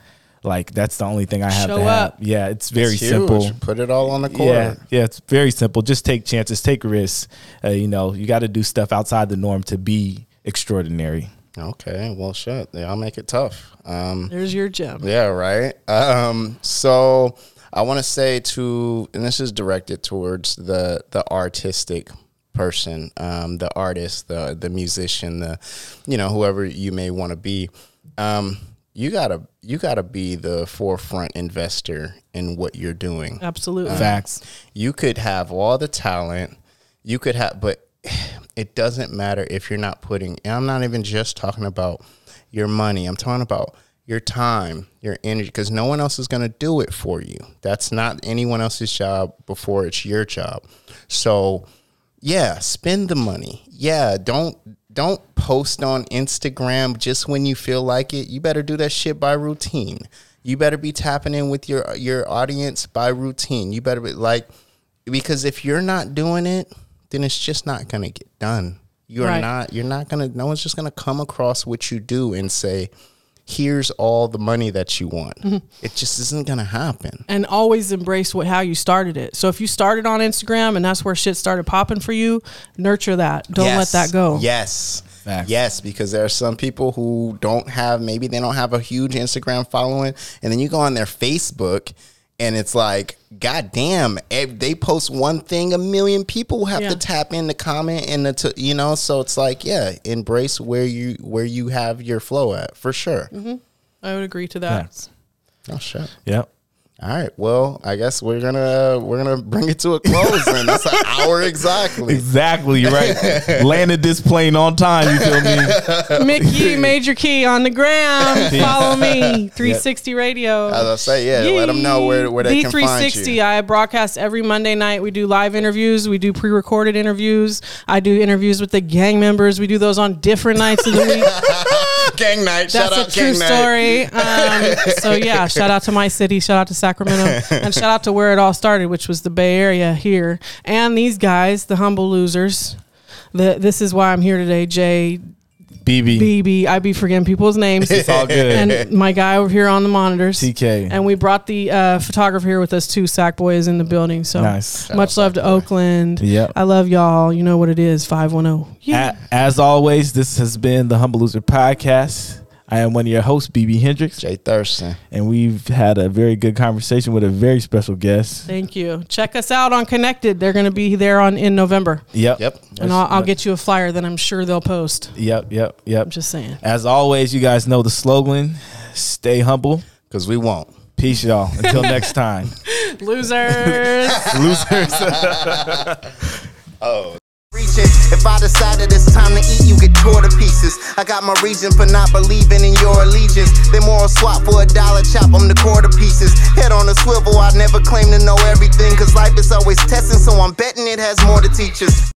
Speaker 3: Like that's the only thing I have
Speaker 1: Show
Speaker 3: to have.
Speaker 1: up.
Speaker 3: Yeah, it's very
Speaker 4: It's huge.
Speaker 3: simple.
Speaker 4: Put it all on the court.
Speaker 3: Yeah, yeah, it's very simple. Just take chances, take risks. Uh, you know, you got to do stuff outside the norm to be extraordinary.
Speaker 4: Okay. Well, shit. I'll make it tough. Um,
Speaker 1: There's your gem.
Speaker 4: Yeah, right. Um, so I want to say to, and this is directed towards the the artistic person, um, the artist, the the musician, the you know whoever you may want to be. Um, you gotta you gotta be the forefront investor in what you're doing
Speaker 1: Absolutely.
Speaker 3: Facts.
Speaker 4: you could have all the talent you could have but it doesn't matter if you're not putting and i'm not even just talking about your money i'm talking about your time your energy because no one else is going to do it for you that's not anyone else's job before it's your job so yeah spend the money yeah don't don't post on instagram just when you feel like it you better do that shit by routine you better be tapping in with your your audience by routine you better be like because if you're not doing it then it's just not gonna get done you're
Speaker 1: Right.
Speaker 4: not you're not gonna no one's just gonna come across what you do and say here's all the money that you want it just isn't gonna happen
Speaker 1: and always embrace what how you started it. So if you started on Instagram and that's where shit started popping for you, nurture that. Don't
Speaker 4: Yes.
Speaker 1: let that go.
Speaker 4: Yes.
Speaker 3: Facts.
Speaker 4: Yes, because there are some people who don't have maybe they don't have a huge Instagram following, and then you go on their Facebook, and it's like, God damn, if they post one thing, a million people have
Speaker 1: Yeah.
Speaker 4: to tap in to comment and the t- you know. So it's like, yeah, embrace where you where you have your flow at for sure.
Speaker 1: Mm-hmm. I would agree to that.
Speaker 3: Facts.
Speaker 4: Oh shit.
Speaker 3: Yep.
Speaker 4: All right. Well, I guess we're gonna we're gonna bring it to a close, and that's an hour exactly.
Speaker 3: Exactly. You're right. Landed this plane on time. You feel me?
Speaker 1: Mickey Major Key on the gram. Follow me. 360 Radio.
Speaker 4: As I say, yeah, let them know where where they can find you.
Speaker 1: D360. I broadcast every Monday night. We do live interviews. We do pre-recorded interviews. I do interviews with the gang members. We do those on different nights of the week.
Speaker 4: gang night.
Speaker 1: That's
Speaker 4: Shout
Speaker 1: a
Speaker 4: out
Speaker 1: true
Speaker 4: gang night.
Speaker 1: story. Um, so yeah, shout out to my city. Shout out to Sacramento, and shout out to where it all started, which was the Bay Area here. And these guys, the humble losers. The, this is why I'm here today, Jay
Speaker 3: BB.
Speaker 1: BB. I be forgetting people's names.
Speaker 3: It's all good.
Speaker 1: and my guy over here on the monitors,
Speaker 3: TK.
Speaker 1: and we brought the uh, photographer here with us too. Sackboy is in the building, so
Speaker 3: Nice.
Speaker 1: much love to Oakland.
Speaker 3: Yep.
Speaker 1: I love y'all. You know what it is, five one oh. zero. Yeah,
Speaker 3: A- as always, this has been the Humble Loser Podcast. I am one of your hosts, BB Hendricks,
Speaker 4: Jay Thurston.
Speaker 3: and we've had a very good conversation with a very special guest.
Speaker 1: thank you. Check us out on Connected. They're going to be there on in November,
Speaker 3: Yep.
Speaker 4: Yep.
Speaker 1: and I'll, I'll get you a flyer that I'm sure they'll post.
Speaker 3: Yep. Yep. Yep.
Speaker 1: I'm just saying.
Speaker 3: As always, you guys know the slogan stay humble.
Speaker 4: Because we won't.
Speaker 3: Peace, y'all. Until next time.
Speaker 1: Losers.
Speaker 3: Losers.
Speaker 2: Reaching. If I decided it's time to eat, you get tore to pieces. I got my reason for not believing in your allegiance. They moral swap for a dollar chop, I'm the quarter pieces. Head on a swivel, I never claim to know everything, cause life is always testing, so I'm betting it has more to teach us.